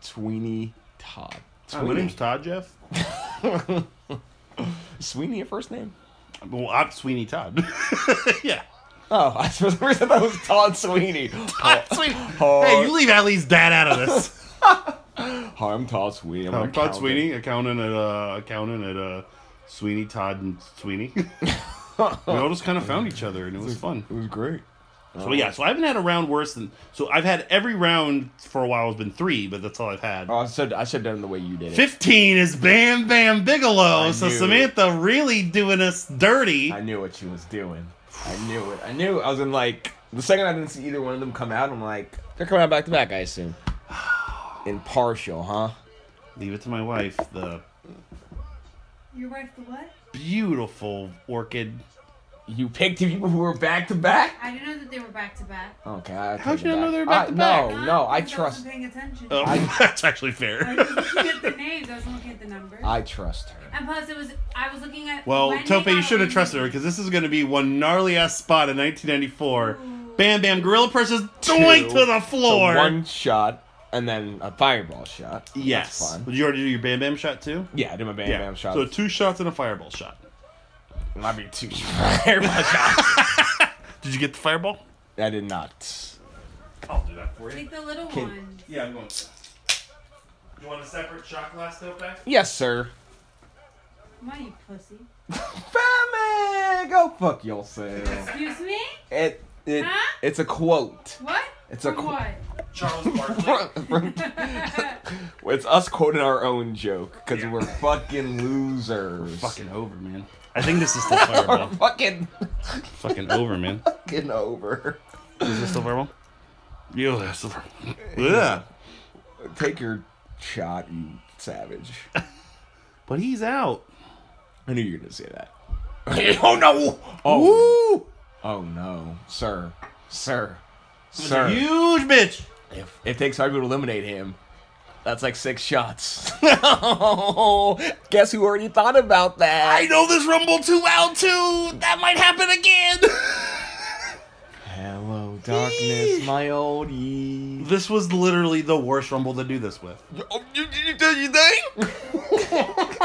Speaker 3: Sweeney Todd.
Speaker 1: Hi, my name's Todd Jeff.
Speaker 3: Sweeney, your first name?
Speaker 1: Well, I'm Sweeney Todd. <laughs> yeah.
Speaker 3: Oh, <laughs> I for some reason that was <laughs> Todd Sweeney.
Speaker 1: Todd Sweeney. Hey, you leave Allie's dad out of this.
Speaker 3: Hi, I'm Todd Sweeney. I'm, an
Speaker 1: <laughs> I'm Todd
Speaker 3: accountant.
Speaker 1: Sweeney, accountant at uh, accountant at uh, Sweeney Todd and Sweeney. <laughs> we all just kind of found each other, and it was fun.
Speaker 3: It was great.
Speaker 1: So yeah, so I haven't had a round worse than so I've had every round for a while has been three, but that's all I've had.
Speaker 3: Oh, I should I should have done it the way you did it.
Speaker 1: Fifteen is Bam Bam Bigelow,
Speaker 3: I
Speaker 1: so
Speaker 3: knew.
Speaker 1: Samantha really doing us dirty.
Speaker 3: I knew what she was doing. I knew it. I knew. I was in like the second I didn't see either one of them come out. I'm like, they're coming out back to back. I <sighs> assume. Impartial, huh?
Speaker 1: Leave it to my wife, the
Speaker 2: Your wife, the what?
Speaker 1: beautiful orchid.
Speaker 3: You picked two people who were back to back.
Speaker 2: I didn't know that they were back to back.
Speaker 3: Okay. I
Speaker 1: How'd
Speaker 3: take
Speaker 1: you
Speaker 3: it
Speaker 1: not know
Speaker 3: back.
Speaker 1: they were back
Speaker 3: I-
Speaker 1: to back?
Speaker 3: No, no.
Speaker 2: Because
Speaker 3: I
Speaker 2: wasn't
Speaker 3: trust.
Speaker 2: Paying attention.
Speaker 1: Oh, <laughs> that's actually
Speaker 2: I
Speaker 1: fair.
Speaker 2: was looking at the names. I was looking at the numbers.
Speaker 3: I trust her.
Speaker 2: and plus, it was I was looking at.
Speaker 1: Well,
Speaker 2: when they
Speaker 1: Tope, you
Speaker 2: got
Speaker 1: should have
Speaker 2: eliminated.
Speaker 1: trusted her because this is going to be one gnarly ass spot in 1994. Bam Bam Gorilla Press is doink
Speaker 3: Two.
Speaker 1: to the floor.
Speaker 3: So one shot and then a fireball shot.
Speaker 1: yes.
Speaker 3: That's fun.
Speaker 1: Did you already do your Bam Bam shot too?
Speaker 3: Yeah, I did my bam bam shot.
Speaker 1: So two shots and a fireball shot.
Speaker 3: might be two <laughs> fireball shots.
Speaker 1: Did you get the fireball?
Speaker 3: I did not.
Speaker 1: I'll do that for
Speaker 2: Take the little
Speaker 3: Kid.
Speaker 2: one.
Speaker 1: Yeah, I'm going. You want a separate shot glass, Tope?
Speaker 3: Yes, sir.
Speaker 2: Why you pussy?
Speaker 3: Family, go fuck yourself.
Speaker 2: Excuse me?
Speaker 3: It, it,
Speaker 2: Huh?
Speaker 3: it's a quote.
Speaker 2: What?
Speaker 3: It's a
Speaker 2: From
Speaker 3: qu-
Speaker 2: what?
Speaker 1: Charles Barkley.
Speaker 3: From- it's us quoting our own joke because we're fucking losers.
Speaker 1: Fucking over, man. I think this is still fireball.
Speaker 3: fucking,
Speaker 1: <laughs>
Speaker 3: <laughs>
Speaker 1: Fucking over, man.
Speaker 3: fucking over.
Speaker 1: Is this still fireball? Yeah, that's still fireball. Yeah.
Speaker 3: Take your shot, you savage.
Speaker 1: But he's out.
Speaker 3: I knew you were gonna say that. <laughs> oh no! Oh. Oh no, sir, sir, sir.
Speaker 1: Huge bitch.
Speaker 3: If it takes five people to eliminate him, that's like six shots. <laughs> Guess who already thought about that?
Speaker 1: I know this rumble too well too. That might happen again.
Speaker 3: Hello, darkness, my old ye.
Speaker 1: this was literally the worst rumble to do this with.
Speaker 3: Oh, you, you, you, you think?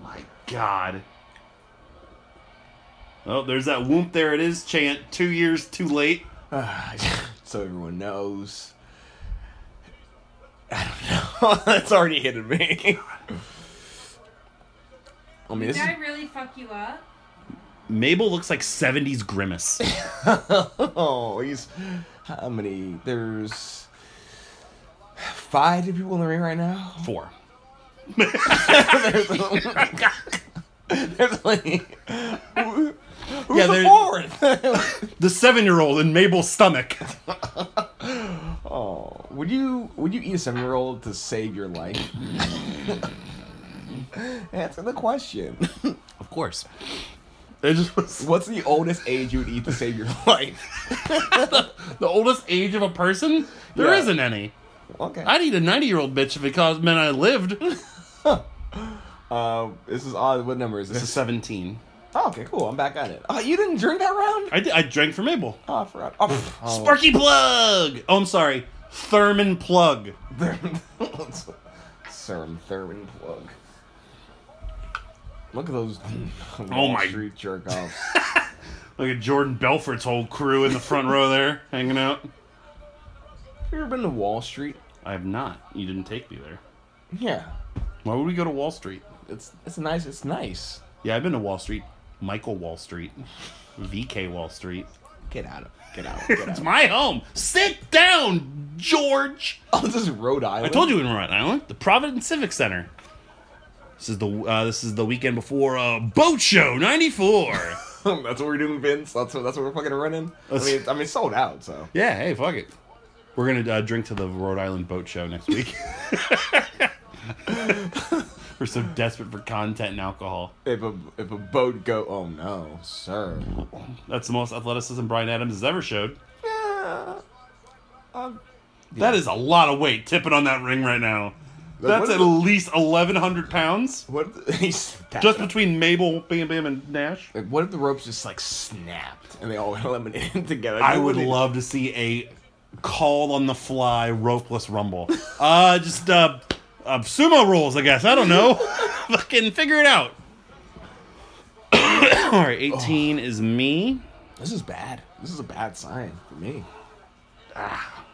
Speaker 1: My God. Oh, there's that whoop there it is chant. Two years too late.
Speaker 3: <sighs> so everyone knows. I don't know. <laughs> That's already hitting me. I mean,
Speaker 2: Did
Speaker 3: this is,
Speaker 2: I really fuck you up?
Speaker 1: Mabel looks like 70s grimace.
Speaker 3: <laughs> oh, he's how many? There's five people in the ring right now. <laughs>
Speaker 1: Four.
Speaker 3: there's only, there's only who, who's
Speaker 1: Yeah,
Speaker 3: the
Speaker 1: there-
Speaker 3: fourth? <laughs>
Speaker 1: The seven-year-old in Mabel's stomach.
Speaker 3: oh, would you would you eat a seven year old to save your life? <laughs> Answer the question.
Speaker 1: Of course. It just was
Speaker 3: What's the oldest age you would eat to save your <laughs> life?
Speaker 1: the oldest age of a person. There
Speaker 3: Yeah.
Speaker 1: not any.
Speaker 3: Okay.
Speaker 1: I'd eat a 90-year-old bitch if it caused men I lived.
Speaker 3: Uh, this is odd. What number is
Speaker 1: This
Speaker 3: this?
Speaker 1: is 17.
Speaker 3: Oh, okay, cool. I'm back on it. Oh, you didn't drink that round?
Speaker 1: I, did, I drank for Mabel.
Speaker 3: Oh, I forgot. Oh, pff, <laughs> oh.
Speaker 1: Sparky Plug! Oh, I'm sorry. Thurman Plug.
Speaker 3: <laughs> Serum Thurman plug. Look at those <laughs>
Speaker 1: Oh
Speaker 3: Wall
Speaker 1: my-
Speaker 3: Street jerk offs.
Speaker 1: Look at Jordan Belfort's whole crew in the front row there, hanging out.
Speaker 3: you ever been to Wall Street?
Speaker 1: I have not. You didn't take me there.
Speaker 3: Yeah,
Speaker 1: Why would we go to Wall Street?
Speaker 3: it's it's nice. It's nice.
Speaker 1: Yeah, I've been to Wall Street. Michael Wall Street. VK Wall Street.
Speaker 3: Get out of get out. Get
Speaker 1: It's
Speaker 3: <laughs> out.
Speaker 1: my home. Sit down, George.
Speaker 3: oh, this is Rhode Island.
Speaker 1: I told you in Rhode Island, the Providence Civic Center. This is the uh, this is the weekend before uh, Boat Show '94.
Speaker 3: <laughs> that's what we're doing, Vince. That's what that's what we're fucking running. I mean, it's- I mean, it's sold out. So
Speaker 1: yeah, hey, fuck it. We're gonna uh, drink to the Rhode Island Boat Show next week. <laughs> We're so desperate for content and alcohol.
Speaker 3: if a if a boat go, oh no, sir.
Speaker 1: That's the most athleticism Brian Adams has ever showed.
Speaker 3: Yeah, I'm
Speaker 1: That is a lot of weight tipping on that ring right now. That's
Speaker 3: what
Speaker 1: at
Speaker 3: is it?
Speaker 1: least eleven hundred pounds
Speaker 3: <laughs> What? If, he's
Speaker 1: just between Mabel, Bam Bam, and Nash.
Speaker 3: like, what if the ropes just like snapped and they all <laughs> eliminated together?
Speaker 1: I
Speaker 3: Who
Speaker 1: would
Speaker 3: it-
Speaker 1: love to see a call on the fly ropeless rumble. Uh, just uh, uh, sumo rules, I guess. I don't know. Fucking figure it out. <coughs> All right, eighteen is me.
Speaker 3: This is bad. This is a bad sign for me. Ah.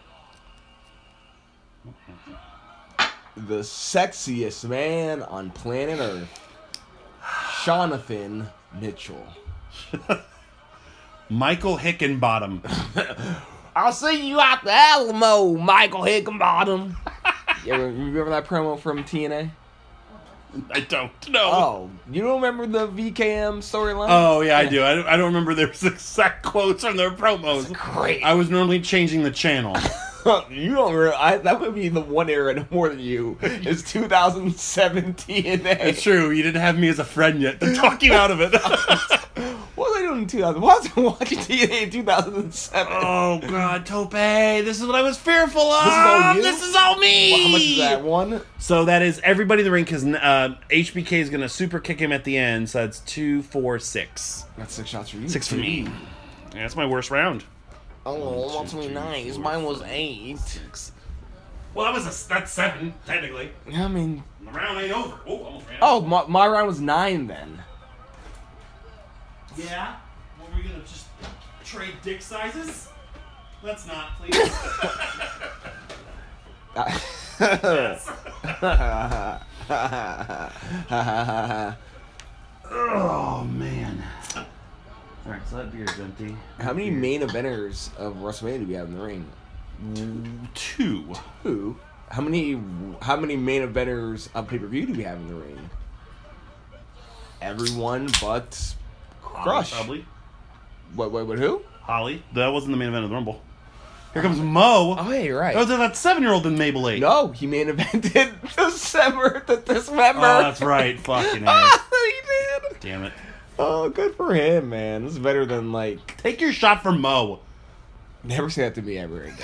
Speaker 3: The sexiest man on planet Earth, Jonathan Mitchell.
Speaker 1: Michael Hickenbottom.
Speaker 3: I'll see you at the Alamo, Michael Hickenbottom. <laughs> yeah, re- remember that promo from TNA?
Speaker 1: I don't know.
Speaker 3: Oh, you don't remember the VKM storyline?
Speaker 1: Oh yeah, I do. I don't, I don't remember their <laughs> exact quotes from their promos.
Speaker 3: great.
Speaker 1: I was normally changing the channel.
Speaker 3: <laughs> you don't re I, that would be the one era <laughs> no more than you is <laughs> 2007 TNA.
Speaker 1: it's true. You didn't have me as a friend yet to talk you out of it.
Speaker 3: What was I doing in 2000? Why was I watching TNA in 2007?
Speaker 1: oh god, Tope! This is what I was fearful of.
Speaker 3: is all you?
Speaker 1: This is all me.
Speaker 3: Well, how much is that one?
Speaker 1: So that is everybody in the ring because uh, HBK is gonna super kick him at the end. So that's two, four, six.
Speaker 3: That's six shots for you.
Speaker 1: Six for me. Yeah, that's my worst round.
Speaker 3: Oh, what's me nice? Mine was eight.
Speaker 1: Well, that was a, that's seven technically.
Speaker 3: I mean,
Speaker 1: The round ain't over. Oh, almost ran out.
Speaker 3: oh, my, my round was nine <laughs> then.
Speaker 1: Yeah? Well, we're gonna just trade dick sizes? Let's not, please. <laughs>
Speaker 3: I-
Speaker 1: oh, <laughs> man. Alright, so that beer's empty.
Speaker 3: How many main eventers of WrestleMania do we have in the ring?
Speaker 1: Two.
Speaker 3: Who? How many? How many main eventers of pay per view do we have in the ring? Everyone but Crush.
Speaker 1: Probably.
Speaker 3: What? What? What? Who?
Speaker 1: Holly. That wasn't the main event of the Rumble. Here comes Mo.
Speaker 3: Oh, yeah, you're right.
Speaker 1: Oh, that seven year old in Mabel 8.
Speaker 3: No, he main evented <laughs> December to December.
Speaker 1: Oh, that's right. Fucking A.
Speaker 3: Ah, <laughs> he did.
Speaker 1: Damn it.
Speaker 3: Oh, good for him, man. This is better than like
Speaker 1: Take your shot for Mo.
Speaker 3: never say that to me ever <laughs> again.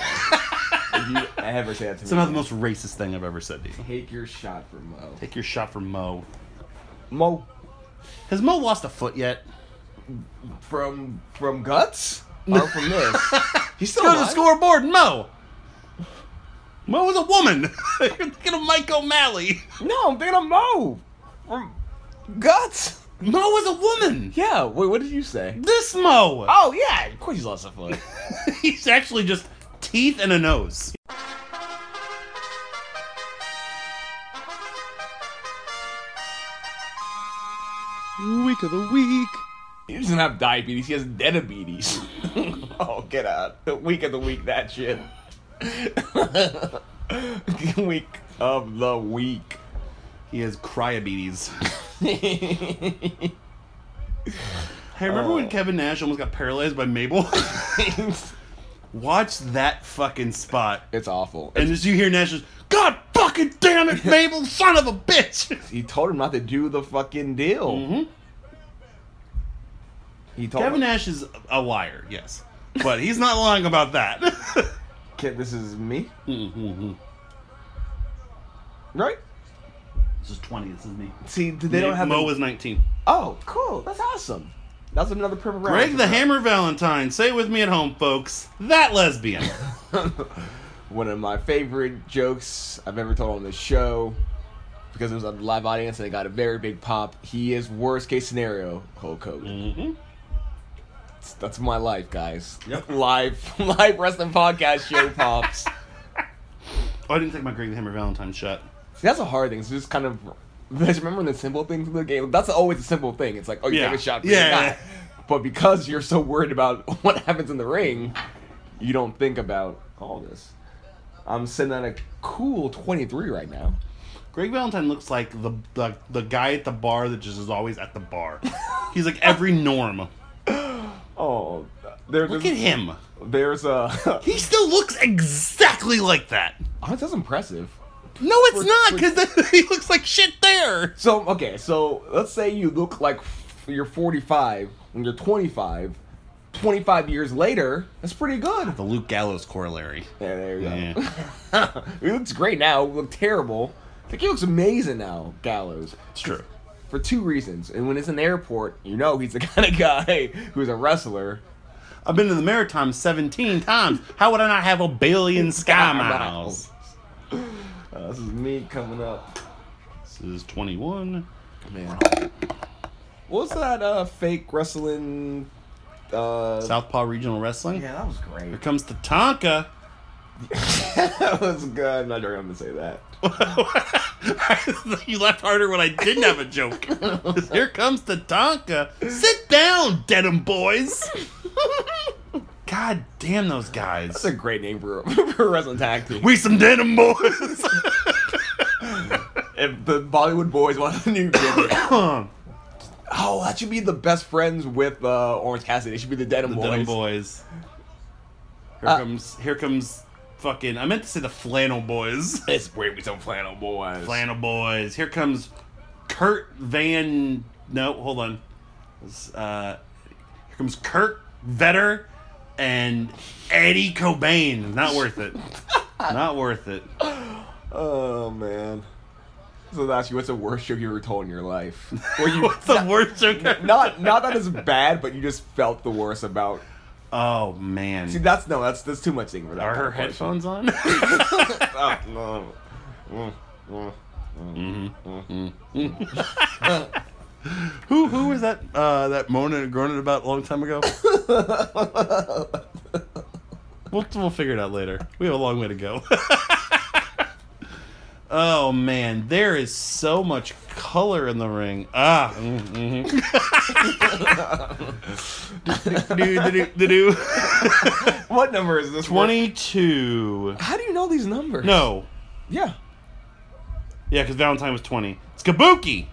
Speaker 3: if you ever say that to
Speaker 1: Somehow the
Speaker 3: me,
Speaker 1: most racist thing I've ever said to you.
Speaker 3: take your shot for Mo.
Speaker 1: Take your shot for Mo.
Speaker 3: Mo
Speaker 1: Has Mo lost a foot yet?
Speaker 3: from from guts or Oh, from this? <laughs> He's still
Speaker 1: Go to the
Speaker 3: alive?
Speaker 1: scoreboard, Mo. Mo was a woman. <laughs> You're thinking of Mike O'Malley.
Speaker 3: No, I'm thinking of Mo from guts.
Speaker 1: Mo was a woman.
Speaker 3: Yeah. Wait, what did you say?
Speaker 1: This Mo.
Speaker 3: Oh yeah, of course he's lost a foot.
Speaker 1: <laughs> He's actually just teeth and a nose.
Speaker 6: Week of the week.
Speaker 3: <laughs> He doesn't have diabetes. He has diabetes. <laughs> oh, get out! The week of the week, that shit. <laughs> week of the <laughs> week.
Speaker 1: He has
Speaker 3: <laughs>
Speaker 1: cryobetes. Hey, remember
Speaker 3: Oh.
Speaker 1: when Kevin Nash almost got paralyzed by Mabel? <laughs> Watch that fucking spot.
Speaker 3: it's awful.
Speaker 1: And as you hear Nash just, God fucking damn it, Mabel, son of a bitch!
Speaker 3: he told him not to do the fucking deal.
Speaker 1: Mm-hmm.
Speaker 3: He told
Speaker 1: Kevin
Speaker 3: him.
Speaker 1: Nash is a liar, yes. But he's not lying about <laughs> that.
Speaker 3: Kid, this is me. Mm-hmm. Right?
Speaker 1: This is 20. This is me.
Speaker 3: See, they don't have.
Speaker 1: Mo
Speaker 3: a-
Speaker 1: was 19.
Speaker 3: oh, cool. That's awesome. That's another purple round.
Speaker 1: Greg the Hammer Valentine. Say it with me at home, folks. That <laughs> lesbian.
Speaker 3: One of my favorite jokes I've ever told on this show because it was a live audience and it got a very big pop. He is worst case scenario Hulk Hogan.
Speaker 1: mm-hmm.
Speaker 3: That's- That's my life, guys.
Speaker 1: Yep.
Speaker 3: <laughs> live, live wrestling
Speaker 1: <laughs>
Speaker 3: podcast show pops.
Speaker 1: Oh, I didn't take my Greg the Hammer Valentine shot.
Speaker 3: See, that's a hard thing. It's just kind of. <laughs> Because remember the simple things in the game? That's always a simple thing. It's like, oh, you
Speaker 1: Yeah.
Speaker 3: take a shot for
Speaker 1: Yeah,
Speaker 3: your guy.
Speaker 1: yeah.
Speaker 3: But because you're so worried about <laughs> what happens in the ring, you don't think about all this. I'm sitting at a cool 23 right now.
Speaker 1: Greg Valentine looks like the, the the guy at the bar that just is always at the bar. He's like every norm.
Speaker 3: Oh, there,
Speaker 1: Look at
Speaker 3: there's,
Speaker 1: him.
Speaker 3: there's a. <laughs>
Speaker 1: He still looks exactly like that.
Speaker 3: oh, that's impressive.
Speaker 1: No, it's not, because he looks like shit there.
Speaker 3: So, okay, so let's say you look like f- you're 45 when you're 25. 25 years later, that's pretty good.
Speaker 1: The Luke Gallows corollary.
Speaker 3: Yeah, there you go.
Speaker 1: Yeah.
Speaker 3: <laughs> he looks great now. He looked terrible. I think he looks amazing now, Gallows,
Speaker 1: it's true.
Speaker 3: for two reasons. And when it's in the airport, you know he's the <laughs> kind of guy who's a wrestler.
Speaker 1: I've been to the Maritimes 17 times. How would I not have a billion sky miles?
Speaker 3: <laughs> Uh, this is me coming up.
Speaker 1: This is 21.
Speaker 3: Man. What was that uh, fake wrestling? Uh,
Speaker 1: Southpaw Regional Wrestling.
Speaker 3: yeah, that was
Speaker 1: Here
Speaker 3: great.
Speaker 1: comes Tatanka.
Speaker 3: <laughs> that was good. I'm not sure I'm going to say that.
Speaker 1: you laughed harder when I didn't have a joke. Here comes Tatanka. Sit down, Denim Boys. God damn those guys.
Speaker 3: That's a great name for, for a <laughs> wrestling tag team.
Speaker 1: We some Denim Boys.
Speaker 3: If the Bollywood boys want a new gimmick. oh, that should be the best friends with uh, Orange Cassidy. They should be the Denim
Speaker 1: the
Speaker 3: Boys.
Speaker 1: Denim Boys. Here
Speaker 3: Uh,
Speaker 1: comes here comes fucking I meant to say the flannel boys. <laughs>
Speaker 3: It's where we some flannel boys.
Speaker 1: flannel boys. Here comes Kurt Van No, hold on. It's, Uh, here comes Kurt Vetter and Eddie Cobain. Not worth
Speaker 3: <laughs>
Speaker 1: it. Not worth it.
Speaker 3: Oh man. So that's you. What's the worst joke you ever told in
Speaker 1: <laughs>
Speaker 3: your life? Or you
Speaker 1: What's the worst joke?
Speaker 3: <laughs> not not that it's bad, but you just felt the worst about.
Speaker 1: Oh man.
Speaker 3: See, that's no, that's that's too much thing for that.
Speaker 1: Are her
Speaker 3: kind of
Speaker 1: headphones on? <laughs>
Speaker 3: person. Oh, no. Mm, mm.
Speaker 1: who who was that uh, that moaning and groaning about a long time ago? <laughs> we'll we'll figure it out later. We have a long way to go. <laughs> oh man, there is so much color in the ring. Ah. mm, mhm. Do, do, do, do, do.
Speaker 3: <laughs> What number is this? for?
Speaker 1: Twenty-two.
Speaker 3: How do you know these numbers?
Speaker 1: <laughs> No.
Speaker 3: Yeah.
Speaker 1: Yeah, because Valentine was twenty. It's Kabuki.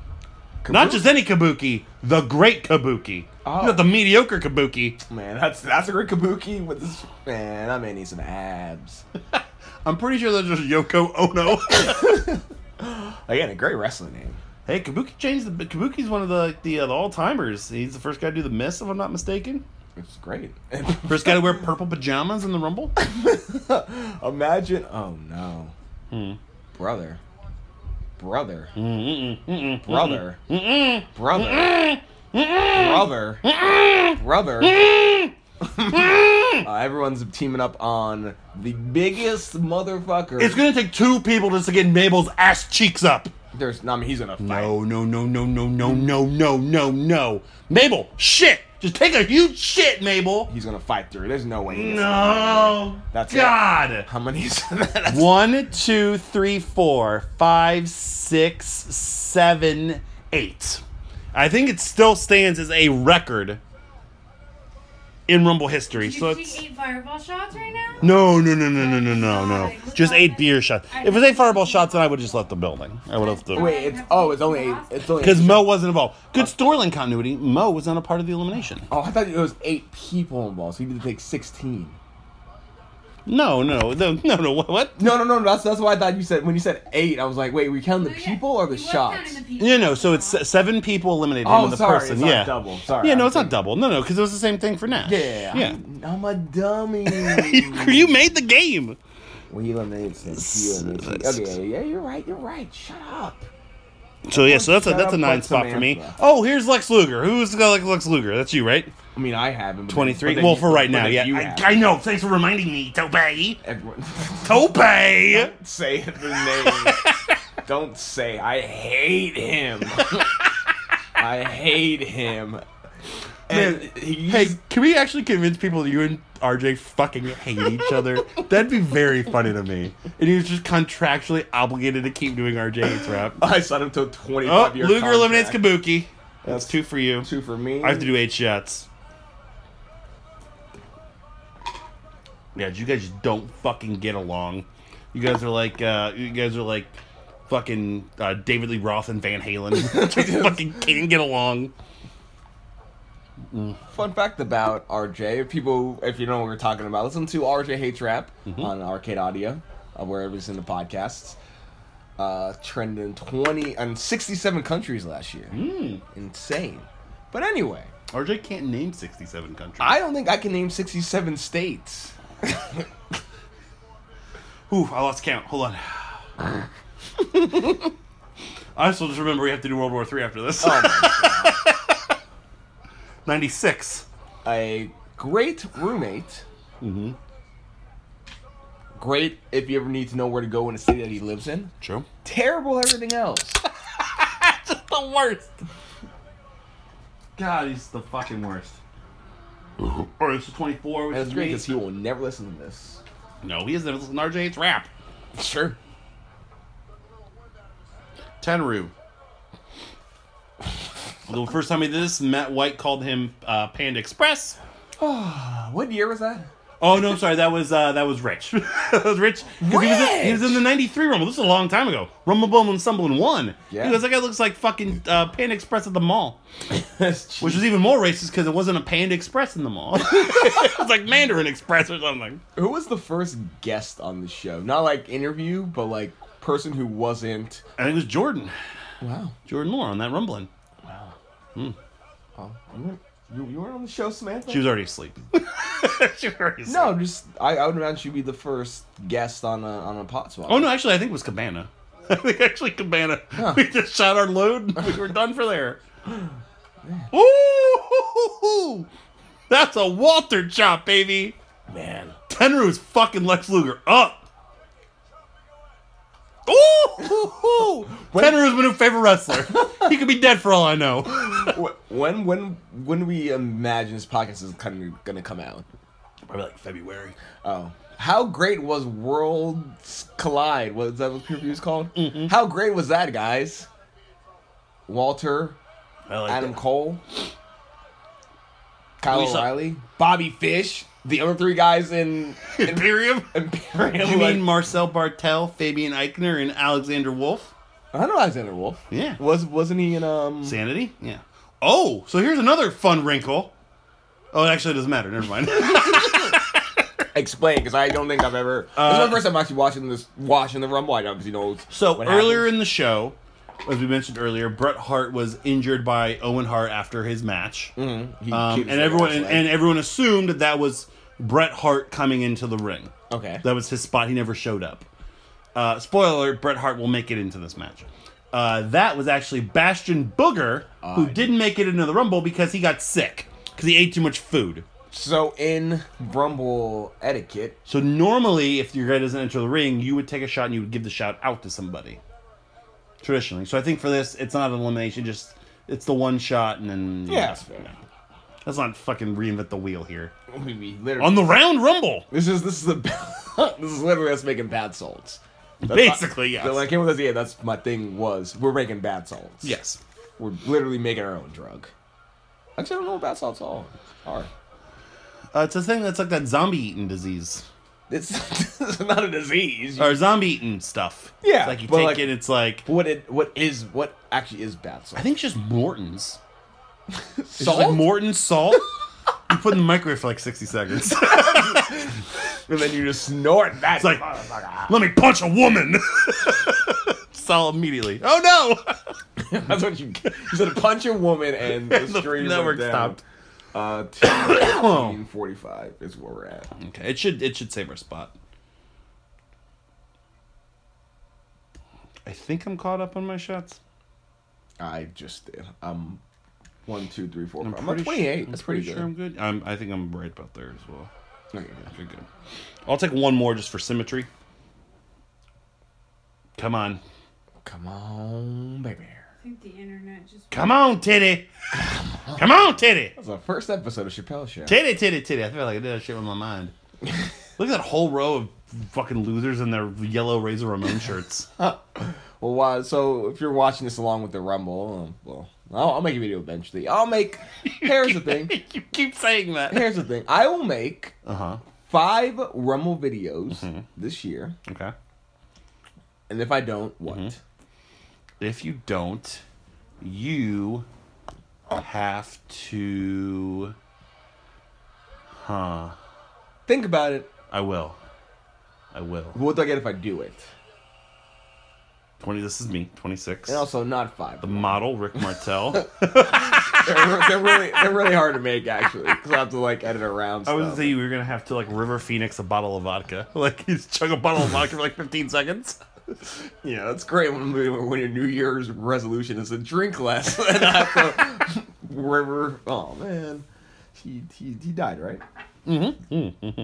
Speaker 1: Not just any Kabuki, the great Kabuki.
Speaker 3: Oh.
Speaker 1: Not the mediocre Kabuki.
Speaker 3: Man, that's that's a great kabuki with this man, I may need some abs.
Speaker 1: I'm pretty sure that's just Yoko Ono.
Speaker 3: Again, a great wrestling name.
Speaker 1: <laughs> hey, Kabuki changed the Kabuki's one of the the, uh, the all timers. He's the first guy to do the miss, if I'm not mistaken.
Speaker 3: It's great. <laughs>
Speaker 1: First guy to wear purple pajamas in the <laughs> Rumble.
Speaker 3: <laughs> Imagine oh no.
Speaker 1: Hmm.
Speaker 3: Brother. Brother. Brother. Brother. Brother. Brother. <laughs> Uh, everyone's teaming up on the biggest motherfucker.
Speaker 1: It's gonna take two people just to get Mabel's ass cheeks up.
Speaker 3: There's, no, I mean, he's gonna fight.
Speaker 1: No, no, no, no, no, no, no, no, no, no. Mabel, shit! Just take a huge shit, Mabel.
Speaker 3: He's gonna fight through. There's no way. he gets
Speaker 1: No,
Speaker 3: That's it.
Speaker 1: God.
Speaker 3: How many is <laughs> that?
Speaker 1: One, two, three, four, five, six, seven, eight. I think it still stands as a record in Rumble history.
Speaker 2: Did
Speaker 1: So
Speaker 2: you
Speaker 1: it's
Speaker 2: take eight fireball shots right now?
Speaker 1: no, no, no, no, no, no, no, no. Just eight beer shots. If it was eight fireball shots, then I would have just left the building. I would have left the
Speaker 3: Wait, it's oh, it's only eight. It's only
Speaker 1: because
Speaker 3: eight
Speaker 1: Mo wasn't involved. Good storyline continuity. Mo was not a part of the elimination.
Speaker 3: Oh, I thought it was eight people involved, so you need to take sixteen.
Speaker 1: No, no, no, no, no. What? what?
Speaker 3: No, no, no. That's that's why I thought you said when you said eight. I was like, wait, we count the
Speaker 2: So, Oh, yeah,
Speaker 3: people or the
Speaker 2: he was
Speaker 3: shots?
Speaker 2: counting the people.
Speaker 1: No, no. So it's se- seven people eliminated.
Speaker 3: Oh,
Speaker 1: and the
Speaker 3: sorry,
Speaker 1: person.
Speaker 3: it's not
Speaker 1: yeah.
Speaker 3: double. Sorry,
Speaker 1: Yeah, no,
Speaker 3: I'm
Speaker 1: it's not
Speaker 3: thinking-
Speaker 1: double. No, no, because it was the same thing for Nash.
Speaker 3: Yeah,
Speaker 1: Yeah.
Speaker 3: I'm, I'm a dummy.
Speaker 1: <laughs> you, you made the game.
Speaker 3: we eliminate six. You eliminate six. Okay, yeah, you're right. You're right. Shut up.
Speaker 1: So yeah, so that's a
Speaker 3: Shut
Speaker 1: that's
Speaker 3: up,
Speaker 1: a nine
Speaker 3: Lex
Speaker 1: spot for me.
Speaker 3: Samantha.
Speaker 1: Oh, here's Lex Luger. Who's got like Lex Luger? That's you, right?
Speaker 3: I mean, I haven't. but-
Speaker 1: Twenty three.
Speaker 3: but then
Speaker 1: Well,
Speaker 3: you-
Speaker 1: for right
Speaker 3: but
Speaker 1: now,
Speaker 3: then
Speaker 1: yeah.
Speaker 3: you have.
Speaker 1: I, I know. Thanks for reminding me, Tope. <laughs>
Speaker 3: Everyone,
Speaker 1: Tope.
Speaker 3: say the
Speaker 1: <laughs>
Speaker 3: name. Don't say. I hate him. <laughs> I hate him. And
Speaker 1: Man,
Speaker 3: he's
Speaker 1: Hey, can we actually convince people that you and RJ fucking hate each
Speaker 3: <laughs>
Speaker 1: other? That'd be very funny to me. And he was just contractually obligated to keep doing RJ hates
Speaker 3: <laughs>
Speaker 1: rap.
Speaker 3: I signed him to a 25
Speaker 1: Oh,
Speaker 3: year
Speaker 1: Luger
Speaker 3: contract.
Speaker 1: eliminates Kabuki. That's
Speaker 3: That's
Speaker 1: two for you.
Speaker 3: Two for me.
Speaker 1: I have to do eight shots. Yeah, you guys just don't fucking get along. You guys are like, uh, you guys are like fucking uh, David Lee Roth and Van
Speaker 3: <laughs>
Speaker 1: Halen. <laughs> just fucking can't get along.
Speaker 3: Fun fact about RJ. If people, if you know what we're talking about, listen to RJ Hates Rap on Arcade Audio, uh, wherever it's in the podcasts. Uh, trended Mm. in 20 and 67 countries last year. Insane. But anyway,
Speaker 1: RJ can't name 67 countries.
Speaker 3: I don't think I can name 67 <laughs> states.
Speaker 1: Ooh, I lost count. Hold on.
Speaker 3: <laughs>
Speaker 1: I still just remember we have to do World War Three after this. <laughs>
Speaker 3: Oh my
Speaker 1: 96.
Speaker 3: a great roommate. Mm-hmm. Great if you ever need to know where to go in a city that he lives in.
Speaker 1: True.
Speaker 3: Terrible everything <laughs> else.
Speaker 4: the worst.
Speaker 1: God, he's the fucking worst. or it's 24, which
Speaker 3: And it's
Speaker 1: is
Speaker 3: great
Speaker 1: great.
Speaker 3: because he will never listen to this.
Speaker 1: No, he isn't. It's an RJ. It's rap.
Speaker 3: Sure.
Speaker 1: Tenru. the first time he did this, Matt White called him uh, Panda Express.
Speaker 3: What year
Speaker 1: <laughs>
Speaker 3: was that?
Speaker 1: Oh no, I'm sorry. That was uh, that was Rich. <laughs> that was Rich. 'Cause He, was in, he was in the '93 Rumble. This is a long time ago. Rumble Bumble Stumble and won.
Speaker 3: Yeah.
Speaker 1: Yeah. Because that guy looks like fucking uh, Panda Express at the mall,
Speaker 3: That's
Speaker 1: which was even more racist because it wasn't a Panda Express in the mall. <laughs> it was like Mandarin Express or something.
Speaker 3: Who was the first guest on the show? Not like interview, but like person who wasn't.
Speaker 1: I think it was Jordan.
Speaker 3: Wow.
Speaker 1: Jordan Moore on that rumbling.
Speaker 3: Oh, you, you, you weren't on the show, Samantha?
Speaker 1: She was already asleep. <laughs> she was already asleep.
Speaker 3: no, just I, I would imagine she'd be the first guest on a on a pot swap.
Speaker 1: Oh no, actually, I think it was Cabana. <laughs> I think actually Cabana. We just shot our load. And we were done for
Speaker 3: <gasps>
Speaker 1: there. Ooh, that's a Walter chop, baby.
Speaker 3: man!
Speaker 1: Tenru's fucking Lex Luger up.
Speaker 3: <laughs>
Speaker 1: Ooh, Tenru's my new favorite wrestler. he could be dead for all I know.
Speaker 3: <laughs> Wh- when when when do we imagine this podcast is kind of gonna come out?
Speaker 1: Probably like February.
Speaker 3: Oh, how great was Worlds Collide? Was that what people was called?
Speaker 1: Mm-hmm.
Speaker 3: How great was that, guys? Walter,
Speaker 1: I like
Speaker 3: <laughs> Adam
Speaker 1: that.
Speaker 3: Cole, Kyle
Speaker 1: We saw-
Speaker 3: O'Reilly, Bobby Fish, the other three
Speaker 1: <laughs>
Speaker 3: guys in
Speaker 1: <laughs> Imperium.
Speaker 3: Imperium.
Speaker 1: You
Speaker 3: like-
Speaker 1: mean Marcel Bartel, Fabian Eichner, and Alexander Wolf?
Speaker 3: I know Alexander Wolf.
Speaker 1: Yeah.
Speaker 3: Was wasn't he in um?
Speaker 1: Sanity? Yeah. Oh, so here's another fun wrinkle. Oh, it actually doesn't matter. Never <laughs> mind.
Speaker 3: Explain, because I don't think I've ever. this is the first time I'm actually watching this, watching the Rumble. I don't because you know.
Speaker 1: Uh, so
Speaker 3: what
Speaker 1: earlier
Speaker 3: happens.
Speaker 1: in the show, as we mentioned earlier, Bret Hart was injured by Owen Hart after his match,
Speaker 3: He
Speaker 1: um,
Speaker 3: keeps
Speaker 1: and
Speaker 3: it
Speaker 1: everyone
Speaker 3: last
Speaker 1: and,
Speaker 3: leg.
Speaker 1: and everyone assumed that that was Bret Hart coming into the ring.
Speaker 3: okay,
Speaker 1: That was his spot. He never showed up. Uh, spoiler: alert, Bret Hart will make it into this match. Uh, that was actually Bastion Booger who Ah, didn't make it into the Rumble because he got sick because he ate too much food.
Speaker 3: so in Rumble etiquette,
Speaker 1: So normally, if your guy doesn't enter the ring, you would take a shot and you would give the shot out to somebody. Traditionally, so I think for this, it's not an elimination; just it's the one shot, and then
Speaker 3: yeah, that's fair.
Speaker 1: Let's not fucking reinvent the wheel here.
Speaker 3: We- we literally-
Speaker 1: On the round rumble,
Speaker 3: this is this is the <laughs> this is literally us making bad salts.
Speaker 1: basically, yes,
Speaker 3: So when I came with this, yeah, that's my thing was we're making bad salts.
Speaker 1: yes.
Speaker 3: we're literally making our own drug. Actually, I don't know what bad salts all are.
Speaker 1: Uh, it's a thing that's like that zombie-eating disease
Speaker 3: It's, it's <laughs> not a disease.
Speaker 1: or zombie-eating stuff.
Speaker 3: Yeah,
Speaker 1: It's like you
Speaker 3: but,
Speaker 1: take
Speaker 3: like-
Speaker 1: it, it's like
Speaker 3: What it what is what actually is bad salt?
Speaker 1: I think it's just Morton's. It's just
Speaker 3: salt.
Speaker 1: like Morton's salt. you put in the microwave for like sixty seconds. <laughs>
Speaker 3: and then you just snort that. It's
Speaker 1: like- Let me punch a woman. <laughs> Saw immediately. Oh no!
Speaker 3: <laughs> that's what you get. You said punch a woman
Speaker 1: <laughs>
Speaker 3: and the
Speaker 1: The
Speaker 3: stream
Speaker 1: network
Speaker 3: network down.
Speaker 1: stopped.
Speaker 3: stopped. Uh, <coughs> two forty-five is where we're at.
Speaker 1: Okay, it should it should save our spot. I think I'm caught up on my shots.
Speaker 3: I just did. Um, one, two, three, four.
Speaker 1: I'm
Speaker 3: five. I'm, at
Speaker 1: pretty su-
Speaker 3: twenty-eight.
Speaker 1: I'm
Speaker 3: that's pretty,
Speaker 1: sure I'm
Speaker 3: good.
Speaker 1: good. I'm, I think I'm right about there as well.
Speaker 3: Okay, okay.
Speaker 1: Good, good. I'll take one more just for symmetry. Come on,
Speaker 3: Come on, baby.
Speaker 2: I think the internet just.
Speaker 1: come on, titty. Come on, titty.
Speaker 3: That's the first episode of Chappelle Show.
Speaker 1: Titty, titty, titty. I feel like I did that shit with my
Speaker 3: <laughs>
Speaker 1: mind. Look at that whole row of fucking losers in their yellow Razor Ramon shirts.
Speaker 3: Well, why, so if you're watching this along with the Rumble, um, well, I'll, I'll make a video eventually. I'll make. Here's the thing.
Speaker 1: <laughs> you keep saying that.
Speaker 3: Here's the thing. I will make
Speaker 1: Uh huh.
Speaker 3: five Rumble videos
Speaker 1: Mm-hmm.
Speaker 3: this year,
Speaker 1: Okay.
Speaker 3: and if I don't, what?
Speaker 1: Mm-hmm. If you don't, you have to. Huh.
Speaker 3: Think about it.
Speaker 1: I will. I will.
Speaker 3: What do I get if I do it?
Speaker 1: Twenty. This is me. Twenty six.
Speaker 3: And also not five.
Speaker 1: The model Rick
Speaker 3: <laughs>
Speaker 1: Martel.
Speaker 3: they're, they're really they're really hard to make actually because I have to like edit around.
Speaker 1: I was
Speaker 3: stuff.
Speaker 1: gonna say you were gonna have to like River Phoenix a bottle of vodka. <laughs> Like you just chug a bottle of vodka for like fifteen seconds. <laughs>
Speaker 3: you know, it's great when, when your New Year's resolution is to drink less. <laughs> and I have to river. Oh man, he he, he died right. Mm-hmm.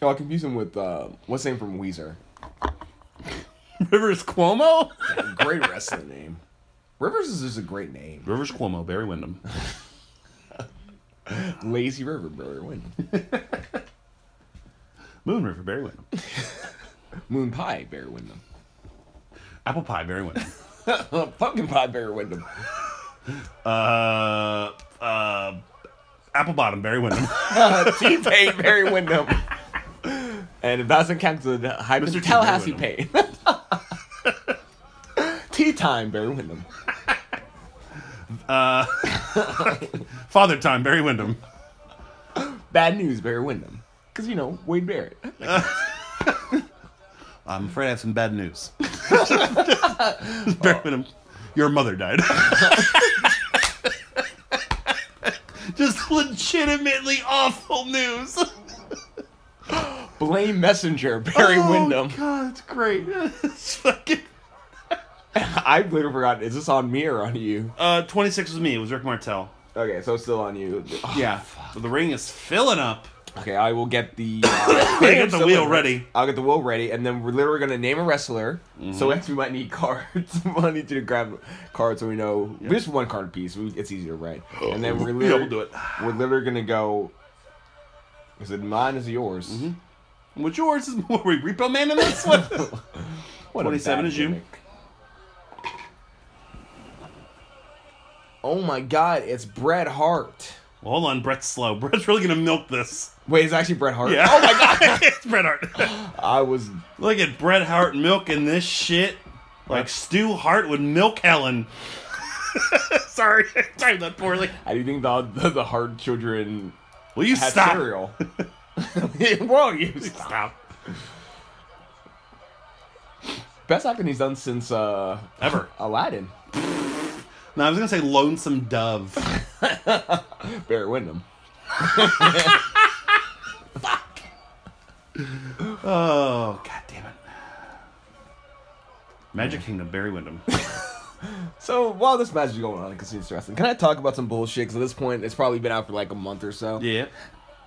Speaker 3: Oh, I confuse him with uh, what's his name from Weezer.
Speaker 1: Rivers Cuomo.
Speaker 3: Great wrestling name. Rivers is just a great name.
Speaker 1: Rivers Cuomo. Barry Windham.
Speaker 3: Lazy River, brother. Win.
Speaker 1: Moon River. Barry Windham.
Speaker 3: Moon Pie, Bear Wyndham.
Speaker 1: Apple Pie. Barry Windham.
Speaker 3: <laughs> Pumpkin Pie, Bear Wyndham.
Speaker 1: <laughs> Uh, uh, Apple Bottom. Barry Windham. <laughs>
Speaker 3: T Pain, Uh, Barry Wyndham. And if that doesn't count to the hype,
Speaker 1: Mr. T.
Speaker 3: Tallahassee
Speaker 1: Barry
Speaker 3: Payne. <laughs> Tea time, Barry Wyndham.
Speaker 1: Father Time. Barry Windham.
Speaker 3: Bad news, Barry Wyndham. Because, you know, Wade Barrett.
Speaker 1: I'm afraid I have some bad <laughs> news. Barry Windham, your mother died. <laughs> Just legitimately awful news.
Speaker 3: Blame Messenger, Barry Wyndham.
Speaker 1: Oh, God, it's great. It's <laughs> fucking.
Speaker 3: <laughs> I literally forgot, is this on me or on you?
Speaker 1: Uh, 26 was me. It was Rick Martel.
Speaker 3: Okay, so it's still on you.
Speaker 1: yeah. So the ring is filling up.
Speaker 3: Okay, I will
Speaker 1: <coughs>
Speaker 3: get the. uh,
Speaker 1: Gotta get the wheel ready.
Speaker 3: I'll get the wheel ready, and then we're literally gonna name a wrestler.
Speaker 1: Mm-hmm.
Speaker 3: So we might need <laughs> cards. we might need you to grab cards so we know we just one card piece. We, it's easier, right? And then
Speaker 1: <gasps>
Speaker 3: we're
Speaker 1: Yeah,
Speaker 3: literally
Speaker 1: we'll do it.
Speaker 3: We're literally gonna go. Is it mine? Is yours?
Speaker 1: Mm-hmm. Which yours is more we repo man in this <laughs> one?
Speaker 3: What a
Speaker 1: 27
Speaker 3: bad
Speaker 1: is you.
Speaker 3: gimmick. Oh my God! It's Bret Hart.
Speaker 1: well, hold on, Brett's slow. Brett's really gonna milk this.
Speaker 3: Wait, it's actually Bret Hart.
Speaker 1: Yeah.
Speaker 3: Oh my God!
Speaker 1: it's <laughs> Bret Hart.
Speaker 3: I was
Speaker 1: Look at Bret Hart milking this shit. Like Stu Hart would milk Helen. <laughs> Sorry, <laughs> I timed that poorly.
Speaker 3: I do think the the, the hard children
Speaker 1: Will you
Speaker 3: had
Speaker 1: stop?
Speaker 3: <laughs> cereal. Whoa, you stop.
Speaker 1: Stop.
Speaker 3: Best acting he's done since uh
Speaker 1: Ever.
Speaker 3: <laughs> Aladdin.
Speaker 1: No, I was gonna say Lonesome Dove.
Speaker 3: Barry Windham.
Speaker 1: Oh, god damn it. Magic Kingdom, Barry Windham.
Speaker 3: So while this match is going on, it continues to wrestling. Can I talk about some bullshit? Because at this point, it's probably been out for like a month or so.
Speaker 1: yeah.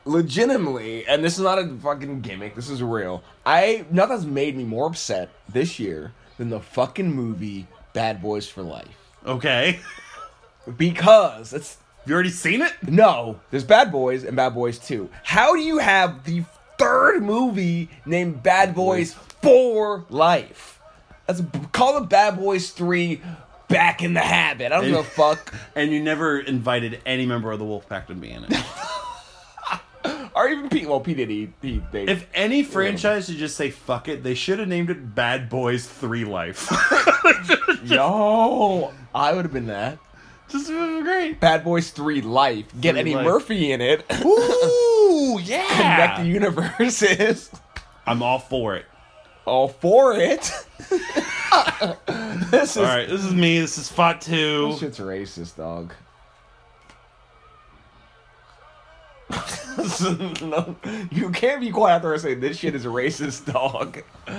Speaker 3: Legitimately, and this is not a fucking gimmick. This is real. I nothing's made me more upset this year than the fucking movie Bad Boys for Life
Speaker 1: Okay. <laughs>
Speaker 3: because it's
Speaker 1: You already seen it?
Speaker 3: No, there's Bad Boys and Bad Boys 2. How do you have the third movie named Bad Boys for Life? That's call the Bad Boys 3 back in the habit. I don't give
Speaker 1: <laughs>
Speaker 3: a fuck.
Speaker 1: And you never invited any member of the Wolfpack to be in it.
Speaker 3: Or even Pete. Well, Pete did. He, he, they,
Speaker 1: <laughs> if any franchise should just say fuck it, they should have named it Bad Boys 3 <laughs> Life.
Speaker 3: yo, I would have been that.
Speaker 1: just uh, great.
Speaker 3: Bad Boys 3 Life. Get
Speaker 1: Three
Speaker 3: Eddie
Speaker 1: Life.
Speaker 3: Murphy in it. <laughs>
Speaker 1: Ooh,
Speaker 3: Connect the
Speaker 1: yeah.
Speaker 3: universes. <laughs>
Speaker 1: I'm all for it.
Speaker 3: All for it. <laughs> this is.
Speaker 1: All right, this is me. This is Fat 2.
Speaker 3: This shit's racist, dog. <laughs> no, you can't be quiet after I say this shit is racist, dog. You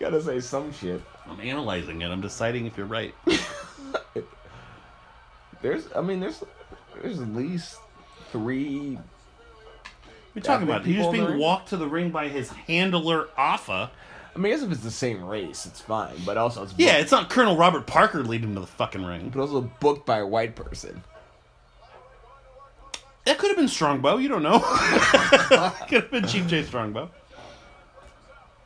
Speaker 3: gotta say some shit.
Speaker 1: I'm analyzing it. I'm deciding if you're <laughs> right.
Speaker 3: There's, I mean, there's, there's at least three.
Speaker 1: What are you talking
Speaker 3: Ethnic
Speaker 1: about? He's
Speaker 3: people
Speaker 1: just
Speaker 3: in the
Speaker 1: being
Speaker 3: ring?
Speaker 1: walked to the ring by his handler, Alpha.
Speaker 3: I mean, I guess if it's the same race, it's fine. But also, it's
Speaker 1: Yeah,
Speaker 3: booked,
Speaker 1: it's not Colonel Robert Parker leading him to the fucking ring.
Speaker 3: but also booked by a white person.
Speaker 1: That could have been Strongbow. You don't know. <laughs> could have been Chief J Strongbow.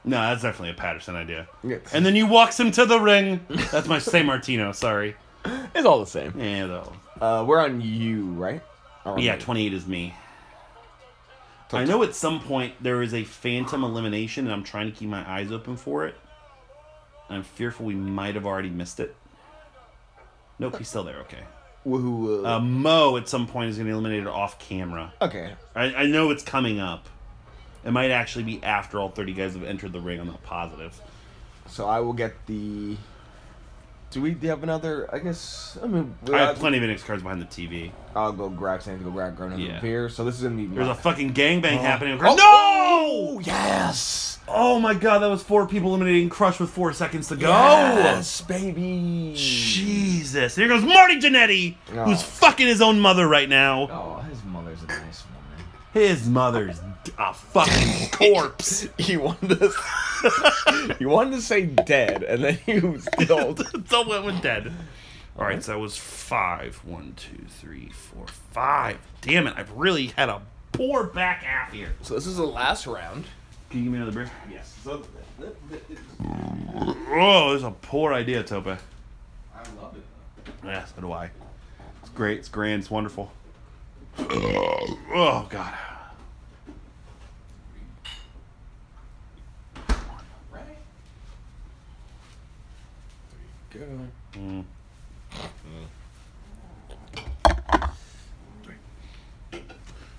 Speaker 1: No, that's definitely a Patterson idea.
Speaker 3: Yeah.
Speaker 1: And then he walks him to the ring. That's my San Martino. Sorry.
Speaker 3: It's all the same.
Speaker 1: Yeah, though.
Speaker 3: Uh, we're on you, right? Or on
Speaker 1: Yeah,
Speaker 3: me?
Speaker 1: 28 is me. I know at some point there is a phantom elimination, and I'm trying to keep my eyes open for it. I'm fearful we might have already missed it. Nope, he's still there. Okay.
Speaker 3: Woohoo.
Speaker 1: Uh, Mo at some point is going to eliminate it off camera.
Speaker 3: okay.
Speaker 1: I, I know it's coming up. It might actually be after all 30 guys have entered the ring. I'm not positive.
Speaker 3: So I will get the Do we have another? I guess. I mean,
Speaker 1: I have plenty of index cards behind the TV.
Speaker 3: I'll go grab something to go grab grab another
Speaker 1: Yeah.
Speaker 3: beer. So this is gonna be.
Speaker 1: There's a fucking gangbang happening.
Speaker 3: Oh,
Speaker 1: Across- no!
Speaker 3: oh, yes.
Speaker 1: Oh my god, that was four people eliminating Crush with four seconds to go.
Speaker 3: Yes, baby.
Speaker 1: Jesus. Here goes Marty Jannetty,
Speaker 3: Oh.
Speaker 1: who's fucking his own mother right now.
Speaker 3: Oh, his mother's a nice woman.
Speaker 1: His mother's d- a fucking <laughs> corpse.
Speaker 3: <laughs> He wanted to. <laughs> he wanted to say dead, and then he was still.
Speaker 1: <laughs> so went with dead. All right, so that was five. One, two, three, four, five. Damn it, I've really had a poor back half here.
Speaker 3: so this is the last round.
Speaker 1: Can you give me another beer?
Speaker 3: Yes. So
Speaker 1: Oh, this is a poor idea, Topa.
Speaker 3: I love it.
Speaker 1: Yeah, so do I. It's great. It's grand. It's wonderful. <clears throat> oh God.
Speaker 3: Go.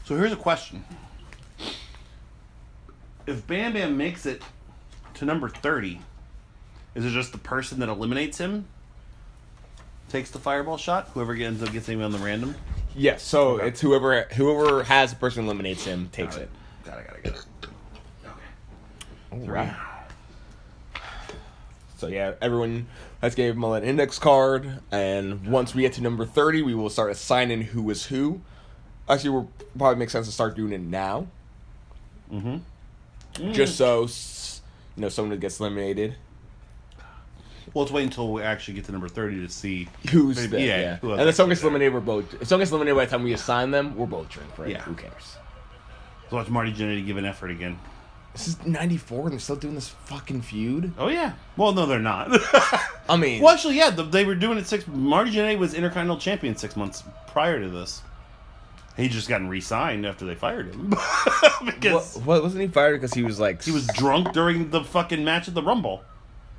Speaker 1: So here's a question: If Bam Bam makes it to number thirty, is it just the person that eliminates him takes the fireball shot? Whoever ends up getting on the random.
Speaker 3: Yes. So it's whoever whoever has the person eliminates him takes it.
Speaker 1: Got it. Got it. Got it.
Speaker 3: All right. So yeah, everyone has gave Mull an index card, and once we get to number thirty, we will start assigning who is who. Actually, we'll probably make sense to start doing it now,
Speaker 1: Mm.
Speaker 3: just so s- you know someone that gets eliminated.
Speaker 1: Well, let's wait until we actually get to number thirty to see.
Speaker 3: Who's
Speaker 1: Maybe-
Speaker 3: there?
Speaker 1: yeah,
Speaker 3: Yeah.
Speaker 1: who else
Speaker 3: And if
Speaker 1: is
Speaker 3: someone gets
Speaker 1: there?
Speaker 3: eliminated, we're both. If someone gets eliminated by the time we assign them, we're both drunk, right?
Speaker 1: Yeah.
Speaker 3: Who cares?
Speaker 1: Let's watch Marty Jannetty give an effort again.
Speaker 3: This is '94, and they're still doing this fucking feud.
Speaker 1: Oh yeah. Well, no, they're not. <laughs>
Speaker 3: I mean,
Speaker 1: well, actually, yeah, the, they were doing it six. Marty Jannetty was Intercontinental Champion six months prior to this. He just gotten re-signed after they fired him <laughs>
Speaker 3: What,
Speaker 1: because
Speaker 3: what wasn't he fired because he was like
Speaker 1: he was drunk during the fucking match at the Rumble.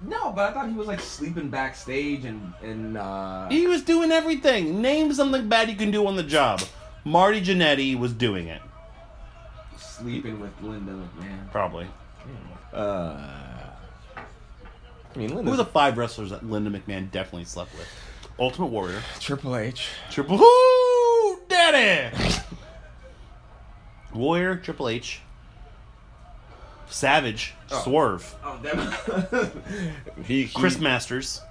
Speaker 3: No, but I thought he was like sleeping backstage and and uh
Speaker 1: He was doing everything. Name something bad you can do on the job. Marty Jannetty was doing it.
Speaker 3: sleeping with Linda McMahon.
Speaker 1: Probably.
Speaker 3: Uh, I mean,
Speaker 1: Who are
Speaker 3: Linda's
Speaker 1: the five wrestlers that Linda McMahon definitely slept with? Ultimate Warrior,
Speaker 3: Triple H.
Speaker 1: Triple Who, Daddy, Warrior, Triple H, Savage, Swerve.
Speaker 3: Oh, them. <laughs> he, he
Speaker 1: Chris Masters.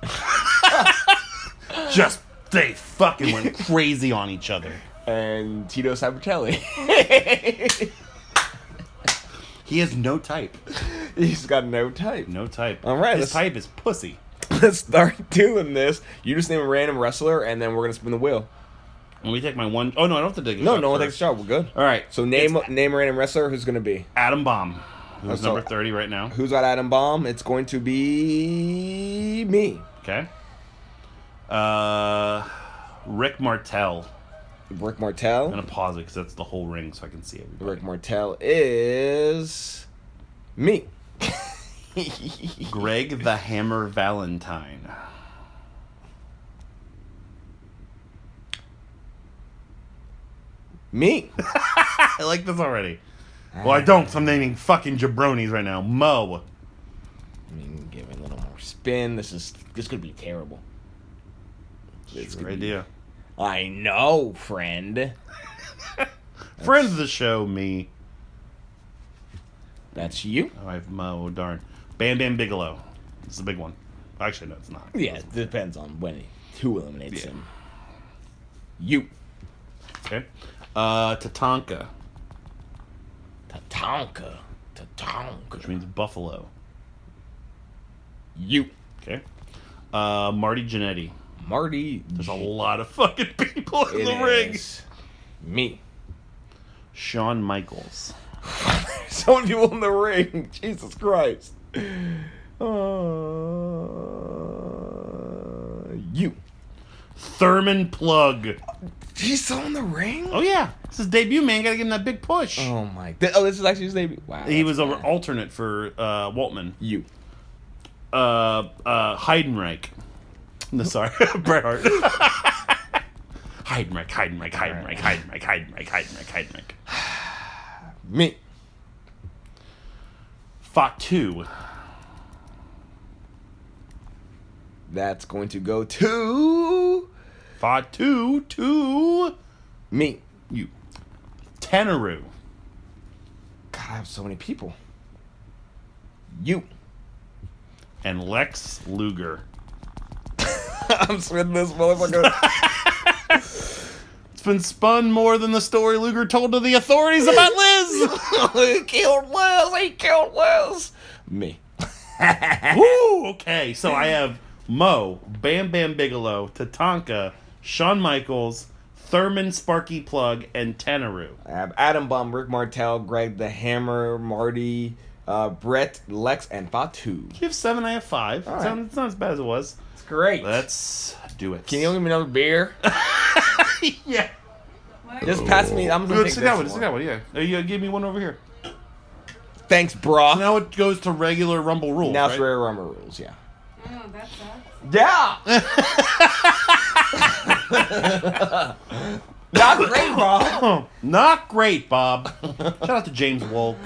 Speaker 1: <laughs> Just they fucking <laughs> went crazy on each other.
Speaker 3: and
Speaker 1: <laughs>
Speaker 3: Tito Sabatelli.
Speaker 1: He has no type.
Speaker 3: He's got no type. <laughs>
Speaker 1: No type.
Speaker 3: All right,
Speaker 1: His
Speaker 3: let's-
Speaker 1: type is pussy.
Speaker 3: Let's start doing this. You just name a random wrestler, and then we're gonna spin the wheel.
Speaker 1: Let me take my one oh no, I don't have to take a
Speaker 3: No,
Speaker 1: shot
Speaker 3: no one
Speaker 1: first.
Speaker 3: takes a shot. We're good.
Speaker 1: All right.
Speaker 3: So name name a random wrestler. Who's gonna be?
Speaker 1: Adam Bomb, who's
Speaker 3: That's
Speaker 1: number
Speaker 3: all.
Speaker 1: 30 right now.
Speaker 3: Who's got Adam Bomb? It's going to be me.
Speaker 1: Okay. Uh Rick Martel.
Speaker 3: Rick
Speaker 1: I'm
Speaker 3: Martel.
Speaker 1: gonna pause it because that's the whole ring, so I can see everybody.
Speaker 3: Rick Martel is me.
Speaker 1: Greg the Hammer Valentine.
Speaker 3: me.
Speaker 1: I like this already. Well, I don't. 'cause I'm naming fucking jabronis right now. Mo.
Speaker 3: I mean, give it a little more spin. This is this could be terrible. This
Speaker 1: Good
Speaker 3: could be-
Speaker 1: idea.
Speaker 3: I know, friend.
Speaker 1: Friends of the show, me.
Speaker 3: That's you.
Speaker 1: Oh, I have Mo, darn. Bam Bam Bigelow. This is a big one. Actually, no, it's not.
Speaker 3: Yeah, it depends on when who eliminates
Speaker 1: Yeah.
Speaker 3: him. You,
Speaker 1: Okay. Uh, Tatanka,
Speaker 3: Tatanka,
Speaker 1: which
Speaker 3: Tatanka.
Speaker 1: means buffalo.
Speaker 3: You,
Speaker 1: Okay. Uh, Marty Jannetty.
Speaker 3: Marty.
Speaker 1: There's <laughs> a lot of fucking people in the ring.
Speaker 3: is Me.
Speaker 1: Shawn Michaels.
Speaker 3: <laughs> so many people in the ring. <laughs> Jesus Christ. Uh, you.
Speaker 1: Thurman Plug.
Speaker 3: He's still in the ring.
Speaker 1: Oh, yeah. It's his debut, man. Gotta give him that big push.
Speaker 3: Oh my. Th- oh, this is actually his debut. Wow.
Speaker 1: he
Speaker 3: that's
Speaker 1: was oh. an
Speaker 3: bad.
Speaker 1: alternate for uh, Waltman.
Speaker 3: You.
Speaker 1: Uh, uh, Heidenreich. No, sorry. <laughs> Bret Hart. Heidenreich, Heidenreich, Heidenreich, Heidenreich, Heidenreich, Heidenreich, Heidenreich.
Speaker 3: Me.
Speaker 1: Fatu.
Speaker 3: That's going to go to
Speaker 1: Fatu to
Speaker 3: me.
Speaker 1: you. Tenaru.
Speaker 3: God, I have so many people. You. <laughs>
Speaker 1: And Lex Luger.
Speaker 3: I'm spinning this
Speaker 1: <laughs>
Speaker 3: motherfucker. <laughs>
Speaker 1: It's been spun more than the story Luger told to the authorities about Liz. <laughs>
Speaker 3: he killed Liz. He killed Liz. Me. <laughs>
Speaker 1: Woo! Okay, so I have Mo, Bam Bam Bigelow, Tatanka, Shawn Michaels, Thurman Sparky Plug, and Tenaru.
Speaker 3: I have Adam Bomb, Rick Martel, Greg the Hammer, Marty, uh, Brett, Lex, and Fatu.
Speaker 1: You have seven, I have five.
Speaker 3: All right.
Speaker 1: Sound- It's not as bad as it was.
Speaker 3: It's great.
Speaker 1: Let's do it.
Speaker 3: Can you
Speaker 1: <laughs>
Speaker 3: give me another beer?
Speaker 1: yeah.
Speaker 2: What?
Speaker 3: Just pass me. I'm gonna
Speaker 1: Good,
Speaker 3: take
Speaker 1: stick
Speaker 3: this
Speaker 1: that one. Stick that
Speaker 3: one.
Speaker 1: one. Yeah. Uh, yeah. Give me one over here.
Speaker 3: Thanks, brah.
Speaker 1: Now it goes to regular Rumble rules.
Speaker 3: now it's
Speaker 1: right?
Speaker 3: Rare Rumble rules. Yeah.
Speaker 2: Oh, that sucks.
Speaker 3: Yeah. <laughs> Not great, brah.
Speaker 1: <laughs> Oh, Not great,
Speaker 3: <laughs>
Speaker 1: Bob. Shout out to James Wolk.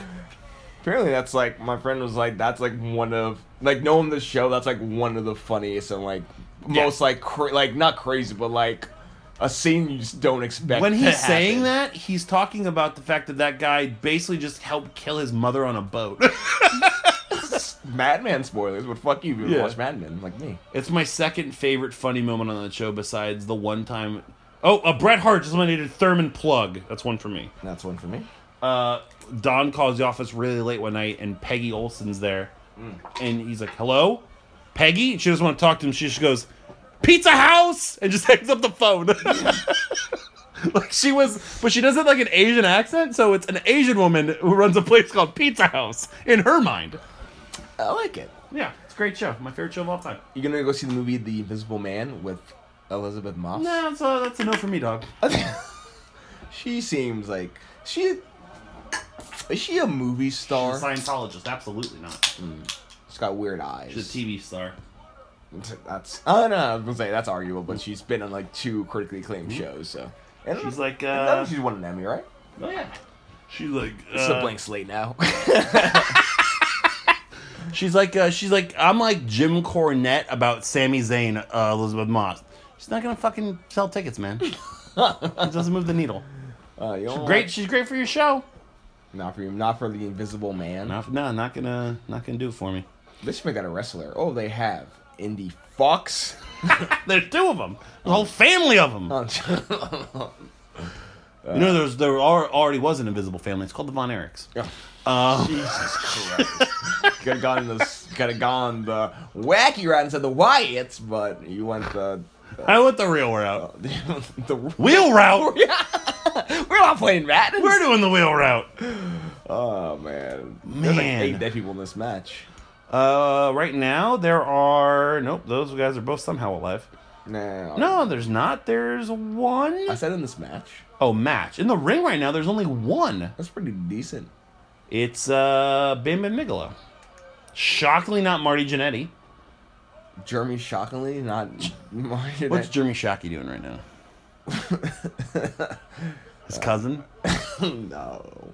Speaker 3: Apparently, that's like my friend was like, that's like one of like knowing the show. That's like one of the funniest and like most like cra- like not crazy, but like a scene you just don't expect.
Speaker 1: When
Speaker 3: to
Speaker 1: he's
Speaker 3: happen.
Speaker 1: saying that, he's talking about the fact that that guy basically just helped kill his mother on a boat. <laughs>
Speaker 3: Madman spoilers, but fuck you, if you
Speaker 1: Yeah.
Speaker 3: watch Mad Men like me.
Speaker 1: It's my second favorite funny moment on that show besides the one time. Oh, uh, Bret Hart just eliminated Thurman Plug. That's one for me.
Speaker 3: That's one for me.
Speaker 1: Uh, Don calls the office really late one night, and Peggy Olson's there. And he's like, hello? Peggy? She doesn't want to talk to him. She just goes, Pizza House! And just <laughs> hangs up the phone. like she was, but she does it like an Asian accent, so it's an Asian woman who runs a place called Pizza House in her mind.
Speaker 3: I like it.
Speaker 1: Yeah, it's a great show. My favorite show of all time.
Speaker 3: You gonna go see the movie The Invisible Man with Elizabeth Moss?
Speaker 1: No, that's a, that's a no for me, dog.
Speaker 3: <laughs> she seems like she is she a movie star?
Speaker 1: She's a Scientologist, absolutely not.
Speaker 3: She's got weird eyes.
Speaker 1: She's a TV star.
Speaker 3: That's <laughs> oh no, I was gonna say that's arguable, but she's been on like two critically acclaimed shows, so and
Speaker 1: She's like,
Speaker 3: and I think
Speaker 1: uh,
Speaker 3: she's won an Emmy, right?
Speaker 1: oh yeah. She's like,
Speaker 3: It's a
Speaker 1: uh,
Speaker 3: blank slate now.
Speaker 1: She's like, uh, she's like, I'm like Jim Cornette about Sami Zayn, uh, Elizabeth Moss. She's not gonna fucking sell tickets, <laughs> man. it doesn't move the needle.
Speaker 3: Uh, you don't
Speaker 1: Great,
Speaker 3: like-
Speaker 1: she's great for your show.
Speaker 3: not for you, not for the Invisible Man.
Speaker 1: No, no, not gonna, not gonna do it for me.
Speaker 3: They should make that a wrestler. Oh, they have Indy Fox. <laughs> Oh,
Speaker 1: There's two of them, a whole family of them. you know, there's there are, already was an invisible family. It's called the Von Erichs. Uh.
Speaker 3: Jesus Christ. could have gone the could have gone the wacky route instead of the Wyatts, but you went the
Speaker 1: I went the real route.
Speaker 3: the, <laughs>
Speaker 1: Wheel <laughs> route.
Speaker 3: We're not playing that.
Speaker 1: We're doing the wheel route.
Speaker 3: oh man, there's like
Speaker 1: Man.
Speaker 3: eight dead people in this match.
Speaker 1: Uh, right now there are nope. Those guys are both somehow alive.
Speaker 3: Nah,
Speaker 1: No, there's not. There's one.
Speaker 3: I said in this match.
Speaker 1: Oh, match in the ring right now. There's only one.
Speaker 3: That's pretty decent.
Speaker 1: It's uh Bam and Bigelow. Shockingly, not Marty Jannetty.
Speaker 3: Jeremy shockingly not. <laughs>
Speaker 1: What's
Speaker 3: What's
Speaker 1: Jeremy Shockey doing right <laughs> now? His cousin.
Speaker 3: no?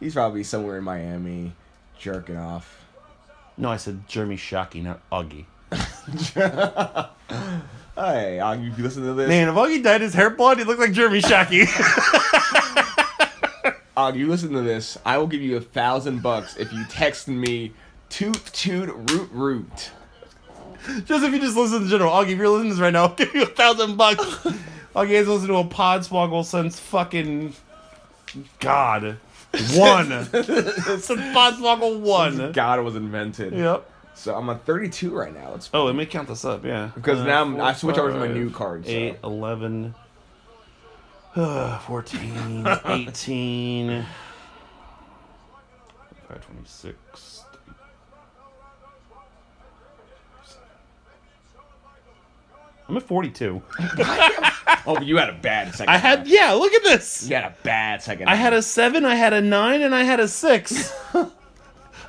Speaker 3: He's probably somewhere in Miami, jerking off.
Speaker 1: No, I said Jeremy Shockey, not Augie.
Speaker 3: Hey, I'll you listen to this.
Speaker 1: Man, if Augie dyed his hair blonde, he looked like Jeremy Shockey. <laughs>
Speaker 3: Og, you listen to this. I will give you a thousand bucks if you text me toot toot root root.
Speaker 1: just if you just listen to General Augie, if you're listening to this right now, <laughs> I'll give you a thousand bucks. Augie has listened to a Podswoggle since fucking God one. since Podswoggle one.
Speaker 3: God it was invented.
Speaker 1: Yep.
Speaker 3: So I'm on 32 right now. It's
Speaker 1: Oh, let me count this up, yeah. Uh,
Speaker 3: because now I'm, I
Speaker 1: four,
Speaker 3: switch over to my
Speaker 1: five,
Speaker 3: new card. So.
Speaker 1: Eight, eleven, <sighs> uh,
Speaker 3: <laughs>
Speaker 1: 14, 18, 5, 26, 37. I'm at 42.
Speaker 3: Oh, you had a bad second.
Speaker 1: I had,
Speaker 3: <laughs> half.
Speaker 1: yeah, look at this.
Speaker 3: You had a bad second.
Speaker 1: I had a
Speaker 3: half.
Speaker 1: 7, I had a 9, and I had a
Speaker 3: <laughs>
Speaker 1: 6.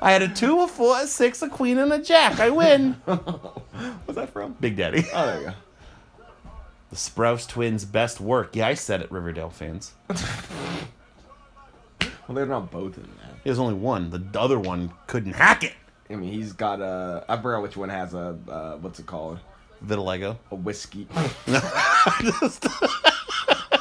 Speaker 1: I had a 2, a 4, a 6, a queen, and a jack. I win.
Speaker 3: <laughs> What's that from?
Speaker 1: Big <laughs> Daddy.
Speaker 3: Oh, there you go.
Speaker 1: The Sprouse twins' best work. Yeah, I said it, Riverdale fans.
Speaker 3: Well, they're not both in that.
Speaker 1: There's only one. The other one couldn't hack it.
Speaker 3: I mean, he's got a. I forgot which one has a. Uh, what's it called?
Speaker 1: Vitiligo. <laughs>
Speaker 3: A whiskey.
Speaker 1: Just-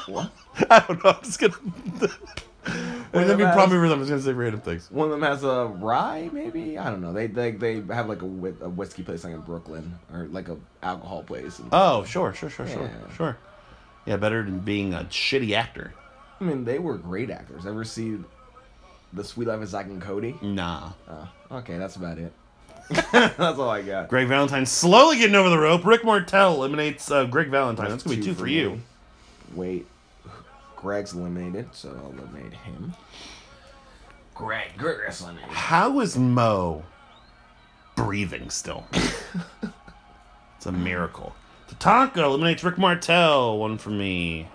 Speaker 3: what?
Speaker 1: I don't know. I'm just gonna. We're gonna be
Speaker 3: Whatever.
Speaker 1: problem rhythm. I'm just gonna say random things.
Speaker 3: One of them has a rye, maybe. I don't know. They they, they have like a, whi- a whiskey place like in Brooklyn or like a alcohol place. And,
Speaker 1: Oh, sure, sure, sure, sure,
Speaker 3: Yeah.
Speaker 1: sure. Yeah, better than being a shitty actor.
Speaker 3: I mean, they were great actors. Ever see the Sweet Life of Zack and Cody?
Speaker 1: Nah.
Speaker 3: Oh, okay, that's about it. <laughs> that's all I got.
Speaker 1: Greg Valentine slowly getting over the rope. Rick Martel eliminates uh, Greg Valentine. That's gonna be two for you.
Speaker 3: me. Wait, Greg's eliminated, so I'll eliminate him. Greg, Greg's eliminated.
Speaker 1: How is Mo breathing <laughs> still? it's a miracle. Tatanka eliminates Rick Martel. One for me.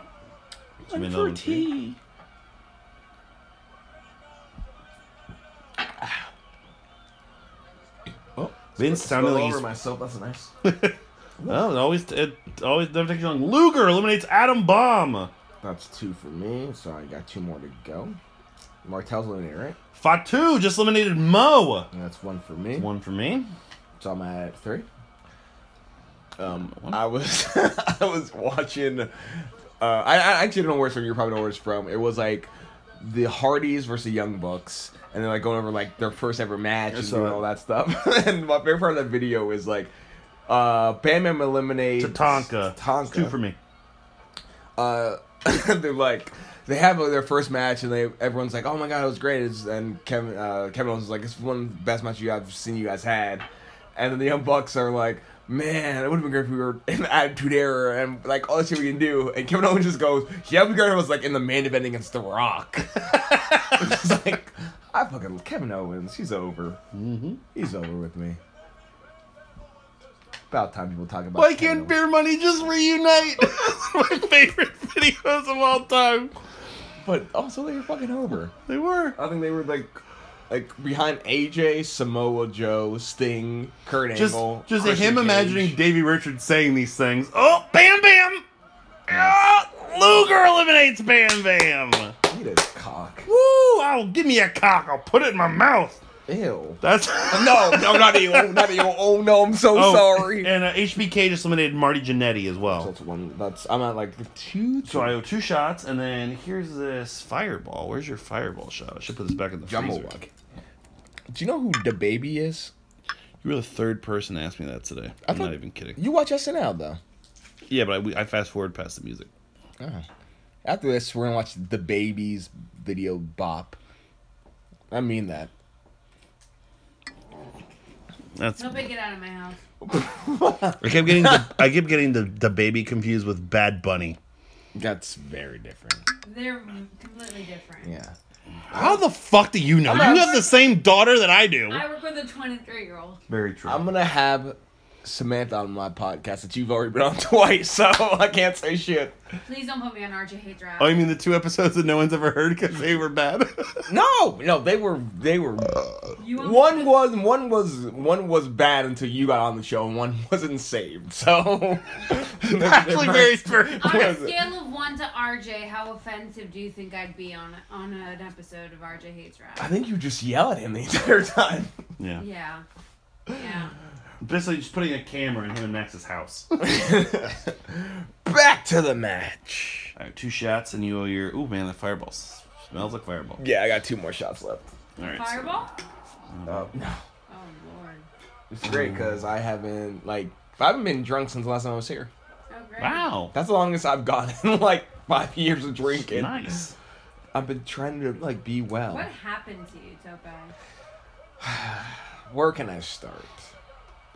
Speaker 1: Give me another One for you.
Speaker 3: Oh,
Speaker 1: Vince
Speaker 3: spilled
Speaker 1: sounded like
Speaker 3: over
Speaker 1: he's-
Speaker 3: myself. That's
Speaker 1: <laughs>
Speaker 3: nice.
Speaker 1: Well, it always it always never takes you long. Luger eliminates Adam Bomb.
Speaker 3: That's two for me. So I got two more to go. Martel's eliminated, right?
Speaker 1: Fatu just eliminated Mo.
Speaker 3: And that's one for me.
Speaker 1: One for me.
Speaker 3: So I'm at three. Um, I was <laughs> I was watching. Uh, I, I actually don't know where it's from. You probably know where it's from. It was like the Hardys versus the Young Bucks, and they're like going over like their first ever match and
Speaker 1: saw
Speaker 3: doing
Speaker 1: it.
Speaker 3: all that stuff. <laughs> and my favorite part of that video is like, uh, Bam Bam eliminates
Speaker 1: Tatanka.
Speaker 3: Tatanka.
Speaker 1: Two for me.
Speaker 3: uh, <laughs> they're like they have uh, their first match and they everyone's like, "Oh my god, it was great!" It's, and Kevin uh, Kevin Owens is like, "It's one of the best matches you have seen you guys had," and then the Young Bucks are like. Man, it would have been great if we were in the attitude era and like all the shit we can do. And Kevin Owens just goes, "Yeah, it'd be great if it was like in the main event against The Rock."
Speaker 1: <laughs>
Speaker 3: it's like I fucking Kevin Owens. He's over.
Speaker 1: Mm-hmm.
Speaker 3: He's over with me. About time people talk about.
Speaker 1: Why
Speaker 3: Kevin
Speaker 1: can't
Speaker 3: Owens.
Speaker 1: Beer Money just reunite? <laughs> My favorite videos of all time.
Speaker 3: But also, they're fucking over.
Speaker 1: They were.
Speaker 3: I think they were like like behind AJ, Samoa Joe, Sting, Kurt
Speaker 1: Just
Speaker 3: Angle.
Speaker 1: just
Speaker 3: Christian
Speaker 1: him
Speaker 3: Cage.
Speaker 1: imagining Davy Richards saying these things. Oh, Bam Bam. Ah, Luger eliminates Bam Bam.
Speaker 3: Eat his cock.
Speaker 1: Woo! Oh, give me a cock. I'll put it in my mouth.
Speaker 3: Ew.
Speaker 1: That's
Speaker 3: Uh, No, no, not evil, not evil. Oh no, I'm so
Speaker 1: <laughs> Oh,
Speaker 3: sorry.
Speaker 1: And uh, HBK just eliminated Marty Jannetty as
Speaker 3: So
Speaker 1: well.
Speaker 3: that's one. That's I'm at like two.
Speaker 1: So I owe two shots, and then here's this fireball. Where's your fireball shot? I should put this back in the
Speaker 3: jumbo
Speaker 1: freezer.
Speaker 3: buck. Do you know who the baby is?
Speaker 1: You were the third person to ask me that today. I'm
Speaker 3: thought-
Speaker 1: not even kidding.
Speaker 3: You watch SNL though.
Speaker 1: Yeah, but I, we- I fast forward past the music.
Speaker 3: Oh. After this, we're gonna watch the baby's video bop. I mean that.
Speaker 1: That's
Speaker 2: Nobody get out of my house.
Speaker 1: I kept getting the, I kept getting the, the baby confused with Bad Bunny.
Speaker 3: That's very different.
Speaker 2: They're completely different.
Speaker 3: Yeah.
Speaker 1: How the fuck do you know? You have the same daughter that I do.
Speaker 2: I work with a 23 year old.
Speaker 1: Very true.
Speaker 3: I'm gonna have Samantha on my podcast that you've already been on <laughs> twice, so I can't say shit.
Speaker 2: Please don't put me on RJ Hate Draft.
Speaker 1: oh, you mean the two episodes that no one's ever heard because they were bad? <laughs>
Speaker 3: No, no, they were they were.
Speaker 2: you want me to-
Speaker 3: One was one was one was bad until you got on the show, and one <laughs> wasn't saved. So
Speaker 1: Actually, very true.
Speaker 2: On a
Speaker 3: was it?
Speaker 2: scale of one to RJ, how offensive do you think I'd be on on an episode of RJ Hates
Speaker 3: <laughs> I
Speaker 2: Rap?
Speaker 3: think you just yell at him the entire time.
Speaker 1: Yeah.
Speaker 2: Yeah, yeah.
Speaker 1: Basically, just putting a camera in him and Max's <laughs> house.
Speaker 3: Back to the match.
Speaker 1: All right, two shots, and you owe your. Ooh, man, that fireball s- smells like fireball.
Speaker 3: Yeah, I got two more shots left.
Speaker 1: <laughs> All right. so-
Speaker 2: Fireball.
Speaker 3: Oh no,
Speaker 2: Oh lord.
Speaker 3: it's great because I haven't like I haven't been drunk since the last time I was here.
Speaker 2: Oh great.
Speaker 1: Wow.
Speaker 3: That's the longest I've gone in <laughs> like five years of drinking.
Speaker 1: nice.
Speaker 3: I've been trying to like be well.
Speaker 2: What happened to you, Tope?
Speaker 3: Where can I start?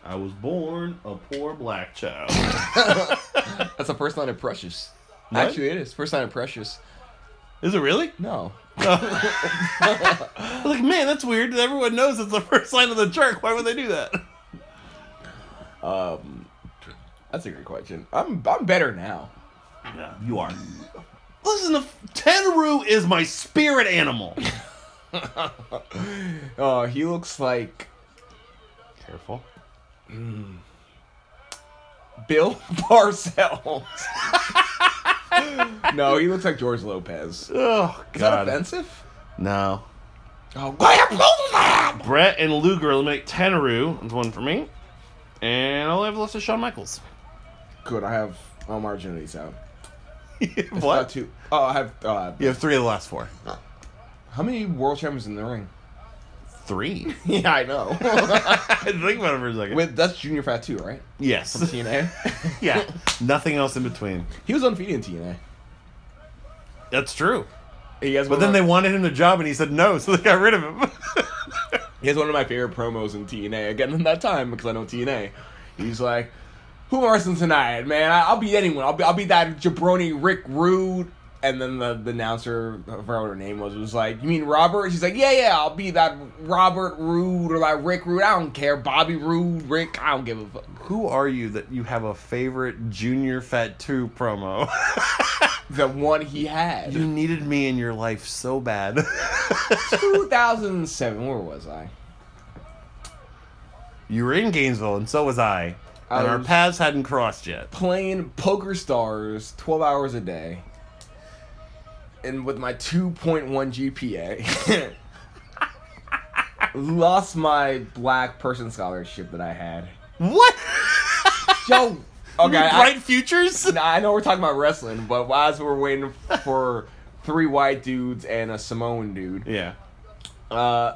Speaker 1: I was born a poor black child.
Speaker 3: That's the first line of Precious.
Speaker 1: What?
Speaker 3: Actually, it is first line of Precious.
Speaker 1: Is it really?
Speaker 3: No,
Speaker 1: I was like, man, that's weird. Everyone knows it's the first line of the jerk. Why would they do that?
Speaker 3: that's a great question. I'm I'm better now.
Speaker 1: Yeah, you are. Listen, the Tenru is my spirit animal.
Speaker 3: Oh, he looks like
Speaker 1: Careful.
Speaker 3: Bill <laughs> Parcells. no, he looks like George Lopez. Is
Speaker 1: Oh
Speaker 3: that
Speaker 1: God.
Speaker 3: offensive?
Speaker 1: no.
Speaker 3: Oh, God, I'm so mad!
Speaker 1: <laughs> Brett and Luger eliminate Tenru. That's one for me. And all I have left is Shawn Michaels.
Speaker 3: Good. I have all my opportunities out. Not
Speaker 1: what?
Speaker 3: too. Oh, I have. Uh,
Speaker 1: You have three of the last four.
Speaker 3: How many world champions in the ring?
Speaker 1: Three.
Speaker 3: <laughs> yeah, I
Speaker 1: <laughs>
Speaker 3: know. <laughs>
Speaker 1: Think about it for a second.
Speaker 3: With that's Junior Fat too, right?
Speaker 1: <laughs> yes.
Speaker 3: <laughs> TNA.
Speaker 1: yeah. Nothing else in between.
Speaker 3: he was undefeated in TNA.
Speaker 1: That's true.
Speaker 3: He has
Speaker 1: But
Speaker 3: one
Speaker 1: then
Speaker 3: of
Speaker 1: they
Speaker 3: my,
Speaker 1: wanted him the job, and he said no, <laughs> so they got rid of him.
Speaker 3: he has one of my favorite promos in TNA again in that time because I know TNA. He's like, "Who am I wrestling tonight, man? I, I'll beat anyone. I'll be, I'll beat that jabroni Rick Rude." And then the, the announcer, I forgot what her name was, was like, "You mean Robert?" She's like, "Yeah, yeah. I'll be that Robert Rude or that Rick Rude. I don't care. Bobby Rude, Rick. I don't give a fuck."
Speaker 1: Who are you that you have a favorite Junior Fat 2 <laughs> promo?
Speaker 3: The one he had. <laughs>
Speaker 1: you needed me in your life so bad. <laughs>
Speaker 3: 2007. Where was I?
Speaker 1: you were in Gainesville, and so was I.
Speaker 3: I
Speaker 1: And our
Speaker 3: was-
Speaker 1: paths hadn't crossed yet.
Speaker 3: Playing Poker Stars 12 hours a day, and with my 2.1 GPA, <laughs> lost my black person scholarship that I had.
Speaker 1: What?
Speaker 3: Yo, <laughs>
Speaker 1: <laughs>
Speaker 3: okay, I,
Speaker 1: Bright futures?
Speaker 3: nah, I know we're talking about wrestling, but as we're waiting for three white dudes and a Samoan dude,
Speaker 1: Yeah.
Speaker 3: Uh,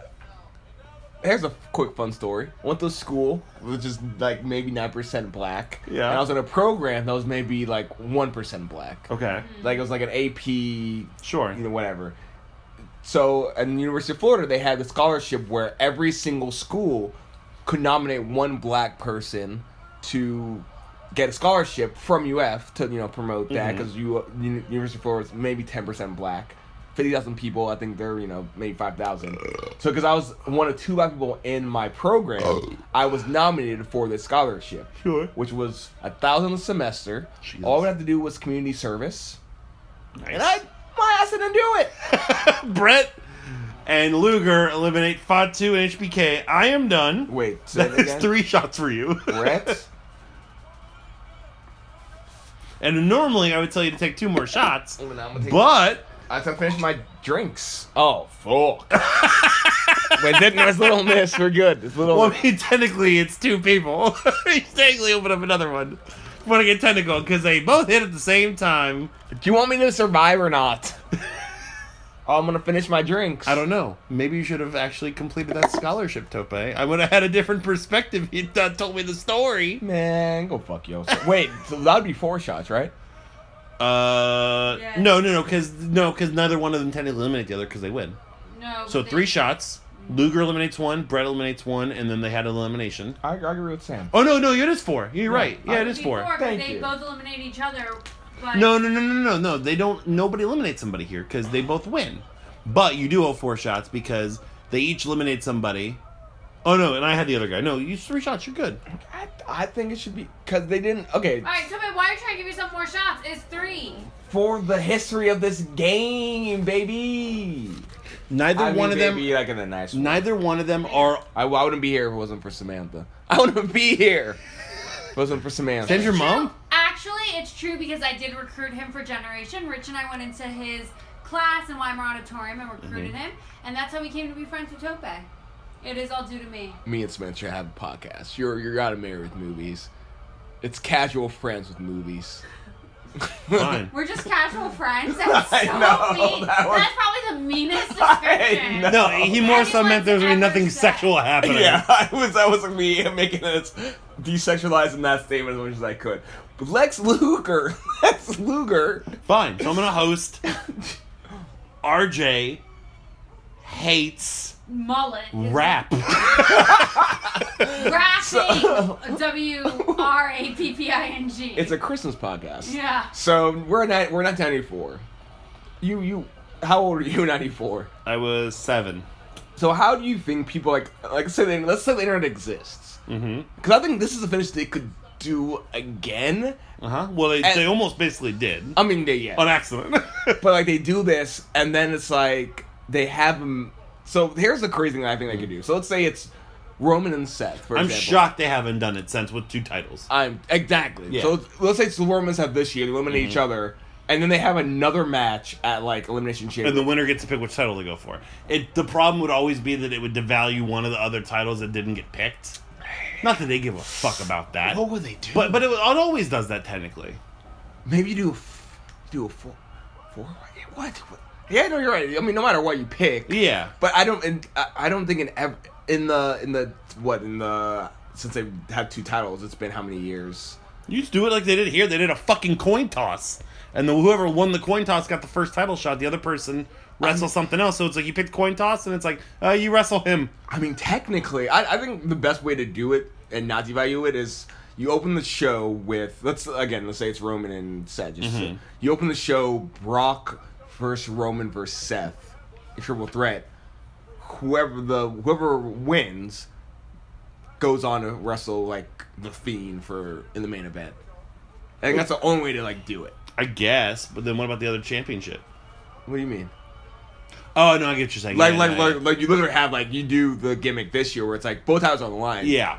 Speaker 3: here's a quick fun story. Went to school, which is like maybe nine percent black.
Speaker 1: Yeah.
Speaker 3: And I was in a program that was maybe like one percent black.
Speaker 1: Okay.
Speaker 3: Like it was like an AP, you
Speaker 1: Sure.
Speaker 3: know, whatever. So, at the University of Florida, they had the scholarship where every single school could nominate one black person to get a scholarship from UF to you know promote that because you University of Florida is maybe ten percent black, fifty thousand people. I think they're you know maybe five thousand. So because I was one of two black people in my program, I was nominated for this scholarship,
Speaker 1: Sure.
Speaker 3: which was a thousand a semester. All we had to do was community service, and I my ass didn't do
Speaker 1: <coughs>
Speaker 3: it.
Speaker 1: Brett and Luger eliminate Fatu and HBK. I am done.
Speaker 3: Wait,
Speaker 1: <laughs>
Speaker 3: say
Speaker 1: That
Speaker 3: that
Speaker 1: is
Speaker 3: again?
Speaker 1: three shots for you.
Speaker 3: Brett.
Speaker 1: <laughs> and normally I would tell you to take two more shots,
Speaker 3: Well, now I'm gonna take-
Speaker 1: but
Speaker 3: I to finish my drinks. Oh fuck! Wait, didn't this little miss? We're good. This little.
Speaker 1: <laughs> well, I mean, technically it's two people. <laughs> you technically open up another one. Want to get technical because they both hit at the same time.
Speaker 3: Do you want me to survive or not? Oh, I'm gonna finish my drinks.
Speaker 1: I don't know. Maybe you should have actually completed that scholarship, Tope. I would have had a different perspective. if You'd not told me the story.
Speaker 3: Man, go fuck yourself. Wait, so that'd be four shots, right?
Speaker 1: Uh,
Speaker 2: Yes.
Speaker 1: no, no, no, because no, because neither one of them tend to eliminate the other because they win.
Speaker 2: No.
Speaker 1: So
Speaker 2: but they-
Speaker 1: three shots. Luger eliminates one. Brett eliminates one, and then they had elimination.
Speaker 3: I, I agree with Sam.
Speaker 1: Oh no, no, it is four. You're right. Yeah, it is
Speaker 2: Before,
Speaker 1: four.
Speaker 2: 'cause
Speaker 3: Thank
Speaker 2: they
Speaker 3: you.
Speaker 2: both eliminate each other. But
Speaker 1: No, no, no, no, no, no. They don't. Nobody eliminates somebody here because they both win. But you do owe four shots because they each eliminate somebody. Oh no, and I had the other guy. No, you three shots. You're good.
Speaker 3: I, I think it should be because they didn't. Okay,
Speaker 2: All right, tell me why are you trying to give yourself more shots? It's three.
Speaker 3: for the history of this game, baby.
Speaker 1: Neither
Speaker 3: I mean,
Speaker 1: one of them.
Speaker 3: baby, uh, like in the nice. way.
Speaker 1: Neither one of them are.
Speaker 3: I, I wouldn't be here if it wasn't for Samantha. <laughs> I wouldn't be here if it wasn't for Samantha.
Speaker 1: Sam's your mom.
Speaker 2: True. Actually, it's true because I did recruit him for Generation. Rich and I went into his class in Weimar Auditorium and
Speaker 3: Mm-hmm.
Speaker 2: recruited him, and that's how we came to be friends with Tope. It is all due to me.
Speaker 3: me and Spencer have a podcast. You're you're out of married with movies. It's casual friends with movies. <laughs>
Speaker 1: Fine.
Speaker 2: We're just casual friends. That's so
Speaker 3: I know,
Speaker 2: mean.
Speaker 3: that was-
Speaker 2: That's probably the meanest
Speaker 3: <laughs>
Speaker 2: description.
Speaker 3: know.
Speaker 1: No, he more so meant there was gonna be nothing sexual happening.
Speaker 3: yeah, I was that was me making this desexualizing that statement as much as I could. But Lex Luger, <laughs> Lex Luger,
Speaker 1: Fine. So I'm gonna host. RJ hates
Speaker 2: Mullet. is
Speaker 1: rap.
Speaker 3: <laughs>
Speaker 2: Rapping. <laughs> W R A P P I N G.
Speaker 3: it's a Christmas podcast.
Speaker 2: Yeah.
Speaker 3: So we're not we're not ninety four. You you, how old are you? Ninety four.
Speaker 1: I was seven.
Speaker 3: So how do you think people like like say the, let's say the internet exists?
Speaker 1: Mm-hmm.
Speaker 3: Because I think this is a finish they could do again.
Speaker 1: Uh huh. Well, they,
Speaker 3: And-
Speaker 1: they almost basically did
Speaker 3: I mean, they, yeah.
Speaker 7: <laughs>
Speaker 1: on accident.
Speaker 3: But like they do this, and then it's like they have them. So here's the crazy thing I think they could do. So let's say it's Roman and Seth. For
Speaker 1: I'm
Speaker 3: example.
Speaker 1: shocked they haven't done it since with two titles.
Speaker 3: I'm exactly.
Speaker 1: Yeah.
Speaker 3: So let's- let's say it's the Romans have this year. They eliminate each other, and then they have another match at like Elimination Chamber.
Speaker 1: and the winner gets to pick which title to go for. It the problem would always be that it would devalue one of the other titles that didn't get picked. Not that they give a fuck about that.
Speaker 7: What would they do?
Speaker 1: But but it, it always does that technically.
Speaker 3: Maybe you do a f- do a four, four. What? what? Yeah, no, you're right. I mean, no matter what you pick,
Speaker 1: Yeah.
Speaker 3: But I don't, and I- I don't think in ev- in the in the what in the since they've had two titles, it's been how many years?
Speaker 1: You just do it like they did here. They did a fucking coin toss, and the whoever won the coin toss got the first title shot. The other person wrestles something else. So it's like you pick the coin toss, and it's like uh, you wrestle him.
Speaker 3: I mean, technically, I, I think the best way to do it and not devalue it is you open the show with let's again let's say it's Roman and Seth. Just
Speaker 1: Mm-hmm.
Speaker 3: you open the show Brock versus Roman versus Seth, a triple threat. Whoever the whoever wins goes on to wrestle like the Fiend for in the main event. I think that's the only way to like do it.
Speaker 1: I guess. But then what about the other championship?
Speaker 3: What do you mean?
Speaker 1: Oh no, I get what you're saying.
Speaker 3: Like,
Speaker 1: Yeah,
Speaker 3: like,
Speaker 1: yeah,
Speaker 3: like, like, you literally have like you do the gimmick this year where it's like both titles on the line.
Speaker 1: yeah,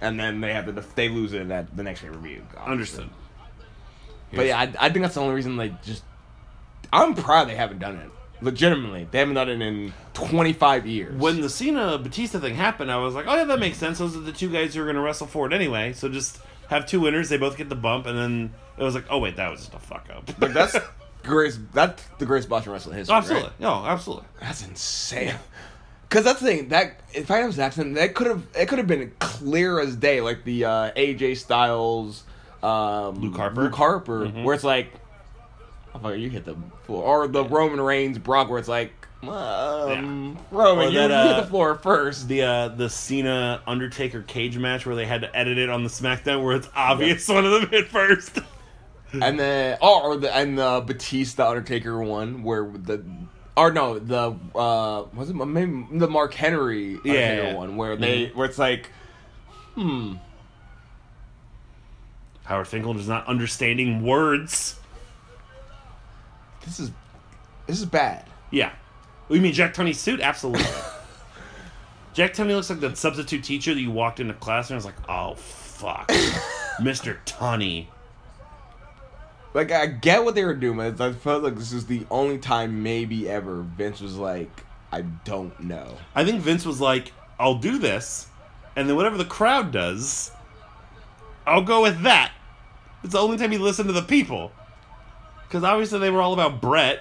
Speaker 3: and then they have the they lose it at the next pay per view.
Speaker 1: understood.
Speaker 3: But yeah, I, I think that's the only reason they just. I'm proud they haven't done it. Legitimately, they haven't done it in 25 years.
Speaker 1: When the Cena Batista thing happened, I was like, oh yeah, that makes sense. Those are the two guys who are gonna wrestle for it anyway. So just have two winners. They both get the bump, and then it was like, oh wait, that was just a fuck up.
Speaker 3: Like, <laughs> that's greatest. That's the greatest botch in wrestling history.
Speaker 1: absolutely,
Speaker 3: right?
Speaker 1: no, absolutely.
Speaker 3: That's insane. Cause that's the thing that if I was accident, that could have it could have been clear as day, like the uh, AJ Styles, um,
Speaker 1: Luke Harper? Mm-hmm.
Speaker 3: Luke Harper, where it's like, oh, fuck, you hit the floor, or the Roman Reigns Brock, where it's like, um, Roman,
Speaker 1: Or
Speaker 3: you,
Speaker 1: that,
Speaker 3: you hit
Speaker 1: uh,
Speaker 3: the floor
Speaker 1: <laughs>
Speaker 3: first.
Speaker 1: the uh, the Cena Undertaker cage match where they had to edit it on the SmackDown where it's obvious one of them hit first.
Speaker 3: and then oh, or the and the Batista Undertaker one where the or no the uh was it maybe the Mark Henry Undertaker
Speaker 1: Yeah. Mm-hmm.
Speaker 3: one where they where it's like hmm
Speaker 1: Howard Finkel is not understanding words.
Speaker 3: this is this is bad
Speaker 1: Yeah, Oh, you mean Jack Tunney's suit? <laughs> Absolutely. Jack Tunney looks like that substitute teacher that you walked into class and was like, "Oh <laughs> fuck, Mister Tunney."
Speaker 3: like I get what they were doing but I felt like this is the only time maybe ever Vince was like I don't know
Speaker 1: I think Vince was like, "I'll do this," and then whatever the crowd does, I'll go with that. It's the only time he listened to the people, because obviously they were all about Brett.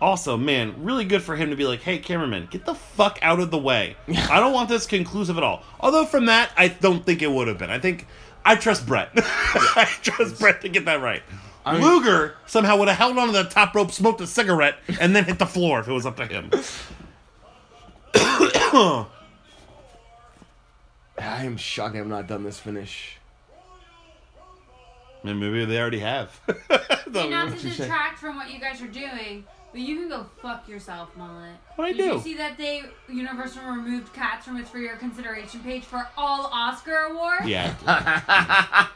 Speaker 1: Also, man, really good for him to be like, "Hey, cameraman, get the fuck out of the
Speaker 3: <laughs>
Speaker 1: way. I don't want this conclusive at all." Although from that, I don't think it would have been. I think I trust Brett. <laughs> I trust Brett to get that right.
Speaker 3: I mean-
Speaker 1: Luger somehow would have held onto the top rope, smoked a cigarette, and then hit the floor if it was up to him.
Speaker 3: I am shocked I've not done this finish
Speaker 1: And maybe they already <laughs> have.
Speaker 2: And not to
Speaker 3: you say?
Speaker 2: detract from what you guys are doing, but you can go fuck yourself, mullet.
Speaker 1: What'd I
Speaker 2: Did
Speaker 1: do?
Speaker 2: you see that they Universal removed cats from its for your consideration page for all Oscar awards?
Speaker 1: yeah.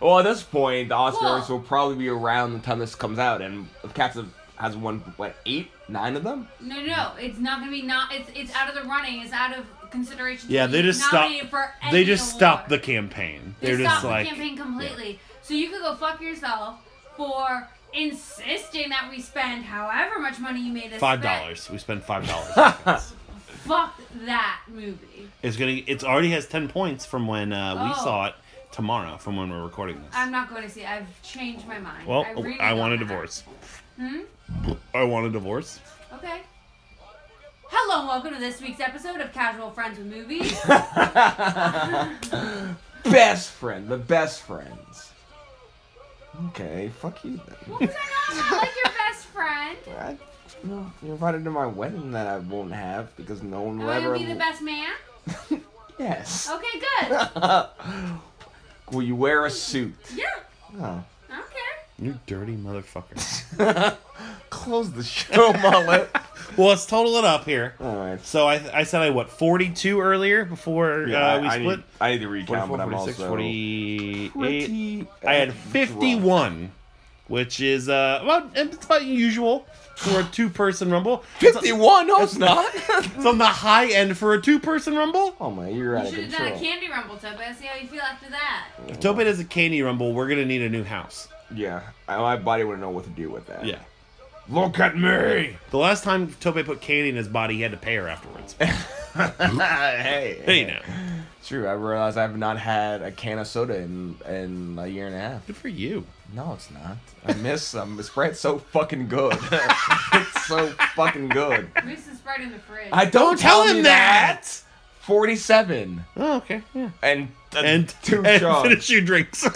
Speaker 3: Well, at this point, the Oscars
Speaker 2: Cool.
Speaker 3: will probably be around the time this comes out, and Cats have, has won what eight, nine of them.
Speaker 2: No, no, it's not gonna be not. It's it's out of the running. It's out of consideration. to
Speaker 1: Yeah, they
Speaker 2: be
Speaker 1: just
Speaker 2: nominated
Speaker 1: stopped.
Speaker 2: for any
Speaker 1: They just stopped the
Speaker 2: award.
Speaker 1: campaign.
Speaker 2: They
Speaker 1: They're
Speaker 2: stopped
Speaker 1: just like
Speaker 2: the campaign completely. So you could go fuck yourself for insisting that we spend however much money you made us
Speaker 1: five
Speaker 2: spend.
Speaker 1: dollars. We spent five <laughs> dollars.
Speaker 2: Fuck that movie.
Speaker 1: it's gonna. It's already has ten points from when uh, we
Speaker 2: Oh.
Speaker 1: saw it tomorrow. From when we're recording this.
Speaker 2: I'm not going to see. it. I've changed my mind.
Speaker 1: well, oh,
Speaker 2: really
Speaker 1: I, want a
Speaker 2: don't have-
Speaker 1: divorce.
Speaker 2: Hmm?
Speaker 1: I want a divorce.
Speaker 2: Okay. Hello and welcome to this week's episode of Casual Friends with
Speaker 3: <laughs>
Speaker 2: Movies.
Speaker 3: Best friend, the best friends. Okay, fuck you then.
Speaker 2: what was I not? I'm not like your best friend.
Speaker 3: I, you know, you're invited to my wedding that I won't have because no one
Speaker 2: Am
Speaker 3: will
Speaker 2: I
Speaker 3: ever.
Speaker 2: going to be the best man?
Speaker 3: Yes.
Speaker 2: Okay,
Speaker 3: <laughs>
Speaker 2: good.
Speaker 3: will you wear a suit?
Speaker 2: Yeah.
Speaker 3: Oh.
Speaker 2: I don't care.
Speaker 1: You dirty
Speaker 2: <laughs>
Speaker 1: motherfucker.
Speaker 3: Close the show, <laughs> mullet.
Speaker 1: well, let's total it up here.
Speaker 3: All right.
Speaker 1: So I, I said I what forty two earlier before uh, we
Speaker 3: I,
Speaker 1: split.
Speaker 3: Need, I need to recount,
Speaker 1: 44,
Speaker 3: but I'm
Speaker 1: 46,
Speaker 3: also
Speaker 1: 48.
Speaker 3: pretty,
Speaker 1: I
Speaker 3: uh,
Speaker 1: had 51, which is uh about it's about usual for a two person rumble. It's,
Speaker 3: Fifty-one? No, it's not.
Speaker 1: <laughs> it's on the high end for a two person rumble.
Speaker 3: oh my, you're out
Speaker 2: You
Speaker 3: of
Speaker 2: should have done a
Speaker 3: control.
Speaker 2: candy rumble, Topaz. See how you feel after that.
Speaker 3: Mm.
Speaker 1: If Tope does a candy rumble, we're gonna need a new house.
Speaker 3: Yeah, I, my body wouldn't know what to do with that.
Speaker 1: Yeah.
Speaker 3: Look at <laughs> me.
Speaker 1: The last time Tope put candy in his body, he had to pay her afterwards.
Speaker 3: hey,
Speaker 1: hey now.
Speaker 3: True. I realize I've not had a can of soda in in a year and a half.
Speaker 1: Good for you.
Speaker 3: No, it's not. I miss um, spread's so fucking good. <laughs> it's so fucking good.
Speaker 2: Moose is spread in the fridge.
Speaker 3: I don't tell him that. Forty-seven
Speaker 1: Oh, okay. Yeah.
Speaker 3: and
Speaker 1: And
Speaker 3: two
Speaker 1: and
Speaker 3: shots.
Speaker 1: finish your drinks.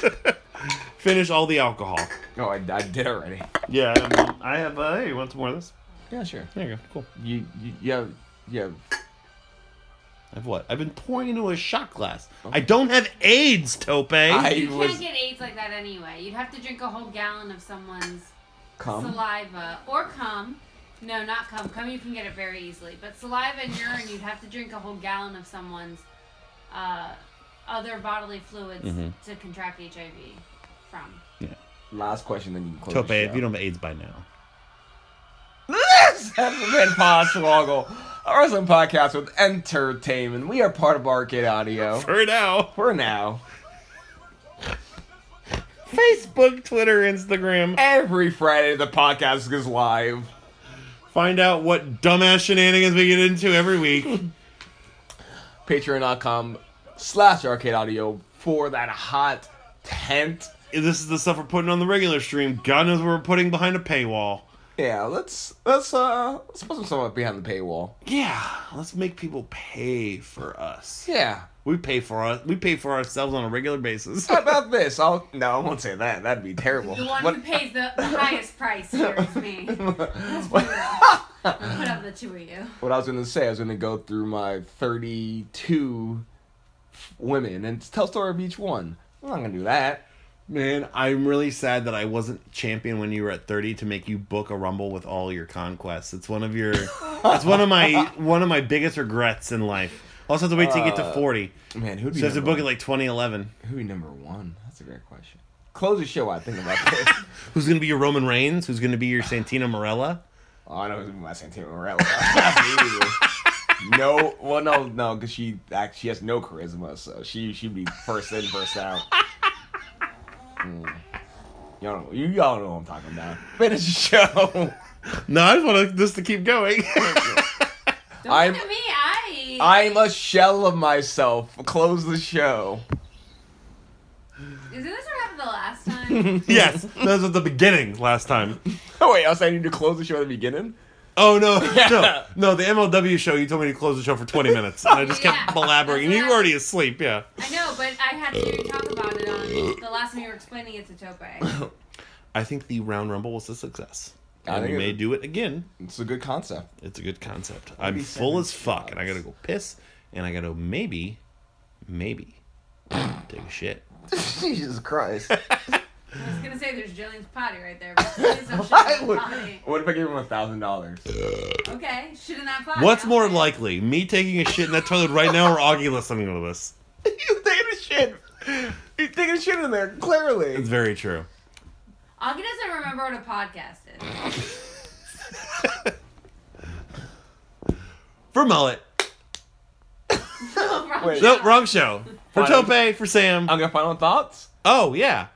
Speaker 1: <laughs> finish all the alcohol.
Speaker 3: No, Oh, I, I did already.
Speaker 1: Yeah. I, mean, I have. Uh, hey, you want some more of this?
Speaker 3: Yeah, sure.
Speaker 1: There you go. Cool.
Speaker 3: You, you, you have, you have.
Speaker 1: I have what? I've been pouring into a shot glass. I don't have AIDS, Tope.
Speaker 3: I
Speaker 2: you
Speaker 3: was
Speaker 2: can't get AIDS like that anyway. You'd have to drink a whole gallon of someone's
Speaker 3: cum.
Speaker 2: saliva or cum. No, not cum. Cum you can get it very easily, but saliva and urine you'd have to drink a whole gallon of someone's uh, other bodily fluids
Speaker 3: Mm-hmm.
Speaker 2: to contract HIV from.
Speaker 3: Last question, then you can close.
Speaker 1: Tope,
Speaker 3: the
Speaker 1: if
Speaker 3: show.
Speaker 1: you don't have AIDS by now.
Speaker 3: This has been Podswoggle, a wrestling podcast with entertainment. We are part of Arcade Audio.
Speaker 1: For now.
Speaker 3: For now,
Speaker 1: Facebook, Twitter, Instagram.
Speaker 3: every Friday the podcast is live.
Speaker 1: Find out what dumbass shenanigans we get into every <laughs> week.
Speaker 3: Patreon.com slash Arcade Audio for that hot tent.
Speaker 1: this is the stuff we're putting on the regular stream. God knows what we're putting behind a paywall.
Speaker 3: Yeah, let's let's uh let's put some stuff up behind the paywall.
Speaker 1: Yeah, let's make people pay for us.
Speaker 3: Yeah.
Speaker 1: We pay for us. We pay for ourselves on a regular <laughs> basis.
Speaker 3: How about this? I'll no, I won't say that. That'd be terrible.
Speaker 2: The one who
Speaker 3: What-
Speaker 2: pays the, the highest price here is
Speaker 3: <laughs>
Speaker 2: me. That's for real. I'll put up the two of you.
Speaker 3: what I was gonna say, I was gonna go through my 32 women and tell a story of each one. I'm not gonna do that.
Speaker 1: Man, I'm really sad that I wasn't champion when you were at 30 to make you book a rumble with all your conquests. It's one of your it's one of <laughs> my one of my biggest regrets in life. I also have to wait till you get to 40.
Speaker 3: Man,
Speaker 1: So
Speaker 3: who'd be
Speaker 1: you have to
Speaker 3: number
Speaker 1: book it like 2011.
Speaker 3: who'd be number one? That's a great question. Close the show out. Think about
Speaker 1: <laughs>
Speaker 3: this.
Speaker 1: Who's going to be your Roman Reigns? Who's going to be your Santino Morella?
Speaker 3: oh, I know who's my Santana Morella. That's easy. <laughs> no, well, no, no, because she act, she has no charisma, so she she'd be first in,
Speaker 1: <laughs>
Speaker 3: first out. Mm. Y'all, know, you all know what I'm talking about. Finish the show.
Speaker 1: No, I just want this to keep <laughs> going.
Speaker 2: Don't
Speaker 3: I'm-
Speaker 2: look at me. I.
Speaker 3: I'm a shell of myself. Close the show.
Speaker 2: Isn't this what happened the last
Speaker 3: <laughs>
Speaker 2: time?
Speaker 1: yes, that was at the beginning last time.
Speaker 3: Oh wait, I was saying you need to close the show at the beginning.
Speaker 1: Oh <laughs> no,
Speaker 3: Yeah.
Speaker 1: no, no! The MLW show. You told me to close the show for twenty minutes, and I just kept
Speaker 2: Yeah.
Speaker 1: elaborating. You
Speaker 2: Yeah.
Speaker 1: were already asleep, yeah.
Speaker 2: I know, but I had to talk about it on the last time you were explaining it to Tope.
Speaker 1: I think the round rumble was a success.
Speaker 3: I
Speaker 1: And we
Speaker 3: think it-
Speaker 1: may do it again.
Speaker 3: It's a good concept.
Speaker 1: It's a good concept. I'm
Speaker 3: 47
Speaker 1: full as fuck, and I gotta
Speaker 3: shots.
Speaker 1: go piss, and I gotta maybe, <sighs> maybe take a shit.
Speaker 3: <laughs> Jesus Christ.
Speaker 2: I was gonna say there's Jillian's potty right there, but
Speaker 3: <laughs>
Speaker 2: please don't shit
Speaker 3: I
Speaker 2: in
Speaker 3: would-
Speaker 2: that potty.
Speaker 3: <laughs> what if I gave him a thousand dollars? <laughs>
Speaker 2: Okay, shit in that potty.
Speaker 1: What's
Speaker 2: I'll
Speaker 1: more
Speaker 2: say.
Speaker 1: likely, me taking a shit in that toilet right now, or Augie listening to this?
Speaker 3: You're taking a shit. You're taking a shit in there, clearly.
Speaker 1: It's very true.
Speaker 2: Augie doesn't remember what a podcast is.
Speaker 1: For mullet.
Speaker 3: <laughs> <laughs> Wait.
Speaker 1: Nope, wrong show. For
Speaker 3: Fine.
Speaker 1: Tope, for Sam.
Speaker 3: I'm gonna final thoughts?
Speaker 1: Oh yeah.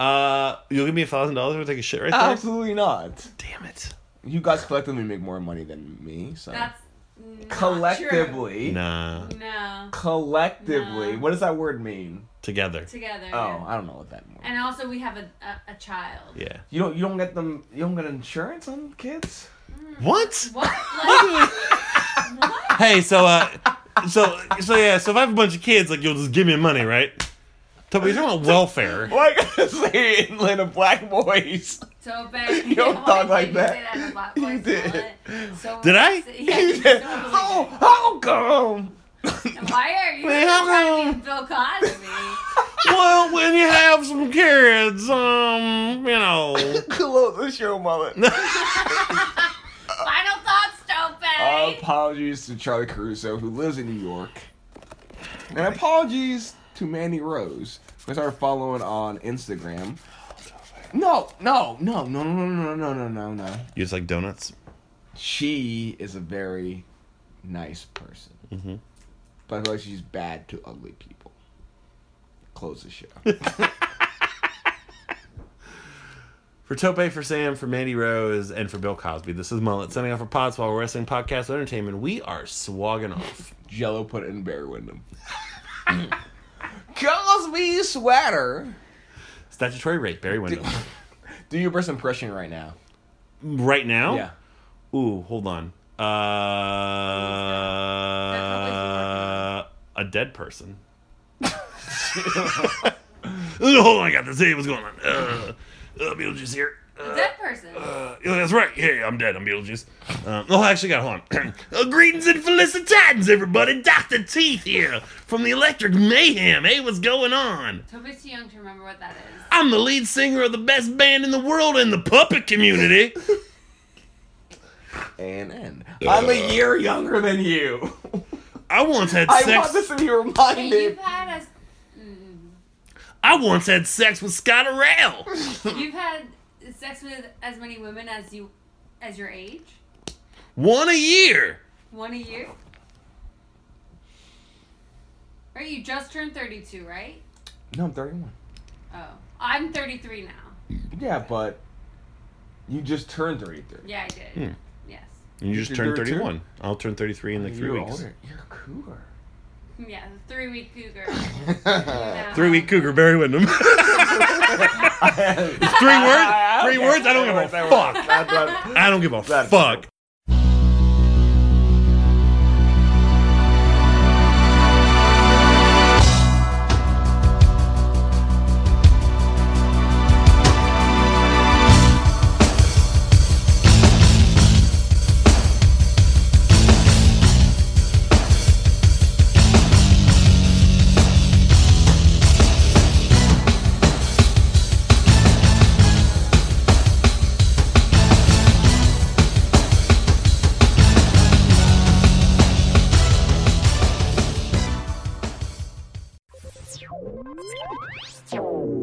Speaker 1: Uh, you'll give me a thousand dollars if I take a shit right there.
Speaker 3: Absolutely not.
Speaker 1: Oh, Damn it.
Speaker 3: You guys collectively make more money than me, so
Speaker 2: That's not
Speaker 3: collectively.
Speaker 1: Nah.
Speaker 2: True. No,
Speaker 3: Collectively.
Speaker 2: No.
Speaker 3: What does that word mean?
Speaker 1: Together.
Speaker 2: together.
Speaker 3: Oh, I don't know what that means.
Speaker 2: And also, we have a a, a child.
Speaker 1: Yeah.
Speaker 3: You don't you don't get them you don't get insurance on kids?
Speaker 1: What?
Speaker 3: <laughs>
Speaker 2: What? Like, what?
Speaker 1: Hey, so uh, so so yeah, so if I have a bunch of kids, like you'll just give me money, right? Tope, you're talking about welfare.
Speaker 3: Why <laughs> you gotta say it in a black voice? <laughs>
Speaker 2: So bad.
Speaker 3: You
Speaker 2: <laughs>
Speaker 3: don't talk like that. <laughs> You
Speaker 2: You
Speaker 3: did.
Speaker 2: did. So
Speaker 1: <laughs> Did I?
Speaker 2: Yeah, you
Speaker 3: Yeah.
Speaker 2: totally did.
Speaker 3: Oh, how come? <laughs>
Speaker 2: Why are you
Speaker 1: Wait, how
Speaker 2: trying to
Speaker 1: come?
Speaker 2: be Bill
Speaker 3: <laughs>
Speaker 2: Cosby?
Speaker 1: Well, when you have some kids, um, you know.
Speaker 3: Close the show, mullet.
Speaker 2: Final thoughts, Tope.
Speaker 3: apologies to Charlie Caruso, who lives in New York. And apologies to Mandy Rose, who I started following on Instagram. No, no, no, no, no, no, no, no, no, no, no.
Speaker 1: You just like donuts.
Speaker 3: She is a very nice person.
Speaker 1: Mhm.
Speaker 3: But I feel like she's bad to ugly people. Close the show.
Speaker 1: For Tope, for Sam, for Mandy Rose, and for Bill Cosby, this is Mullet sending off for Pods while Wrestling Podcast Entertainment. We are swagging off.
Speaker 3: Jello put it in Barry Windham. Cosby sweater.
Speaker 1: Statutory rape, Barry Windows.
Speaker 3: Do your best impression right now.
Speaker 1: right now?
Speaker 3: Yeah.
Speaker 1: Ooh, hold on. Uh, a dead person. <laughs> Oh, hold on, I got this. Hey, what's going on? Uh, uh, Beetlejuice here.
Speaker 2: A
Speaker 1: Uh,
Speaker 2: dead person.
Speaker 3: <sighs>
Speaker 1: uh, yeah, that's right. Hey, I'm dead. I'm Beetlejuice. Um, oh, I actually, got hold on. <clears throat> uh, greetings and felicitations, everybody. Doctor Teeth here from the Electric Mayhem. Hey, what's going on?
Speaker 2: Toby's too young to remember what that is.
Speaker 1: I'm the lead singer of the best band in the world in the puppet community.
Speaker 3: And end. I'm a year younger than you. <laughs>
Speaker 1: I once had
Speaker 3: I
Speaker 1: sex.
Speaker 3: want this to be
Speaker 2: Hey,
Speaker 3: reminded.
Speaker 2: you've had a, mm,
Speaker 1: I once had sex with Scott Arrell.
Speaker 3: <laughs>
Speaker 2: you've had sex with as many women as you, as your age,
Speaker 1: One a year.
Speaker 2: one a year. Or you just turned thirty-two, right?
Speaker 3: No, I'm 31.
Speaker 2: Oh, I'm thirty-three now.
Speaker 3: Yeah, but you just turned 33.
Speaker 2: Yeah, I did. Yes.
Speaker 1: And you just
Speaker 3: You're
Speaker 1: turned
Speaker 3: 32?
Speaker 1: 31. I'll turn 33 in like three
Speaker 3: You're
Speaker 1: weeks.
Speaker 3: older. You're cooler.
Speaker 2: Yeah, the three-week cougar. Yeah.
Speaker 1: Three week cougar, Barry
Speaker 3: <laughs>
Speaker 1: Windham. it's three words. Three words. I don't give a fuck. I don't give a
Speaker 3: That's
Speaker 1: fuck.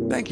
Speaker 8: Thank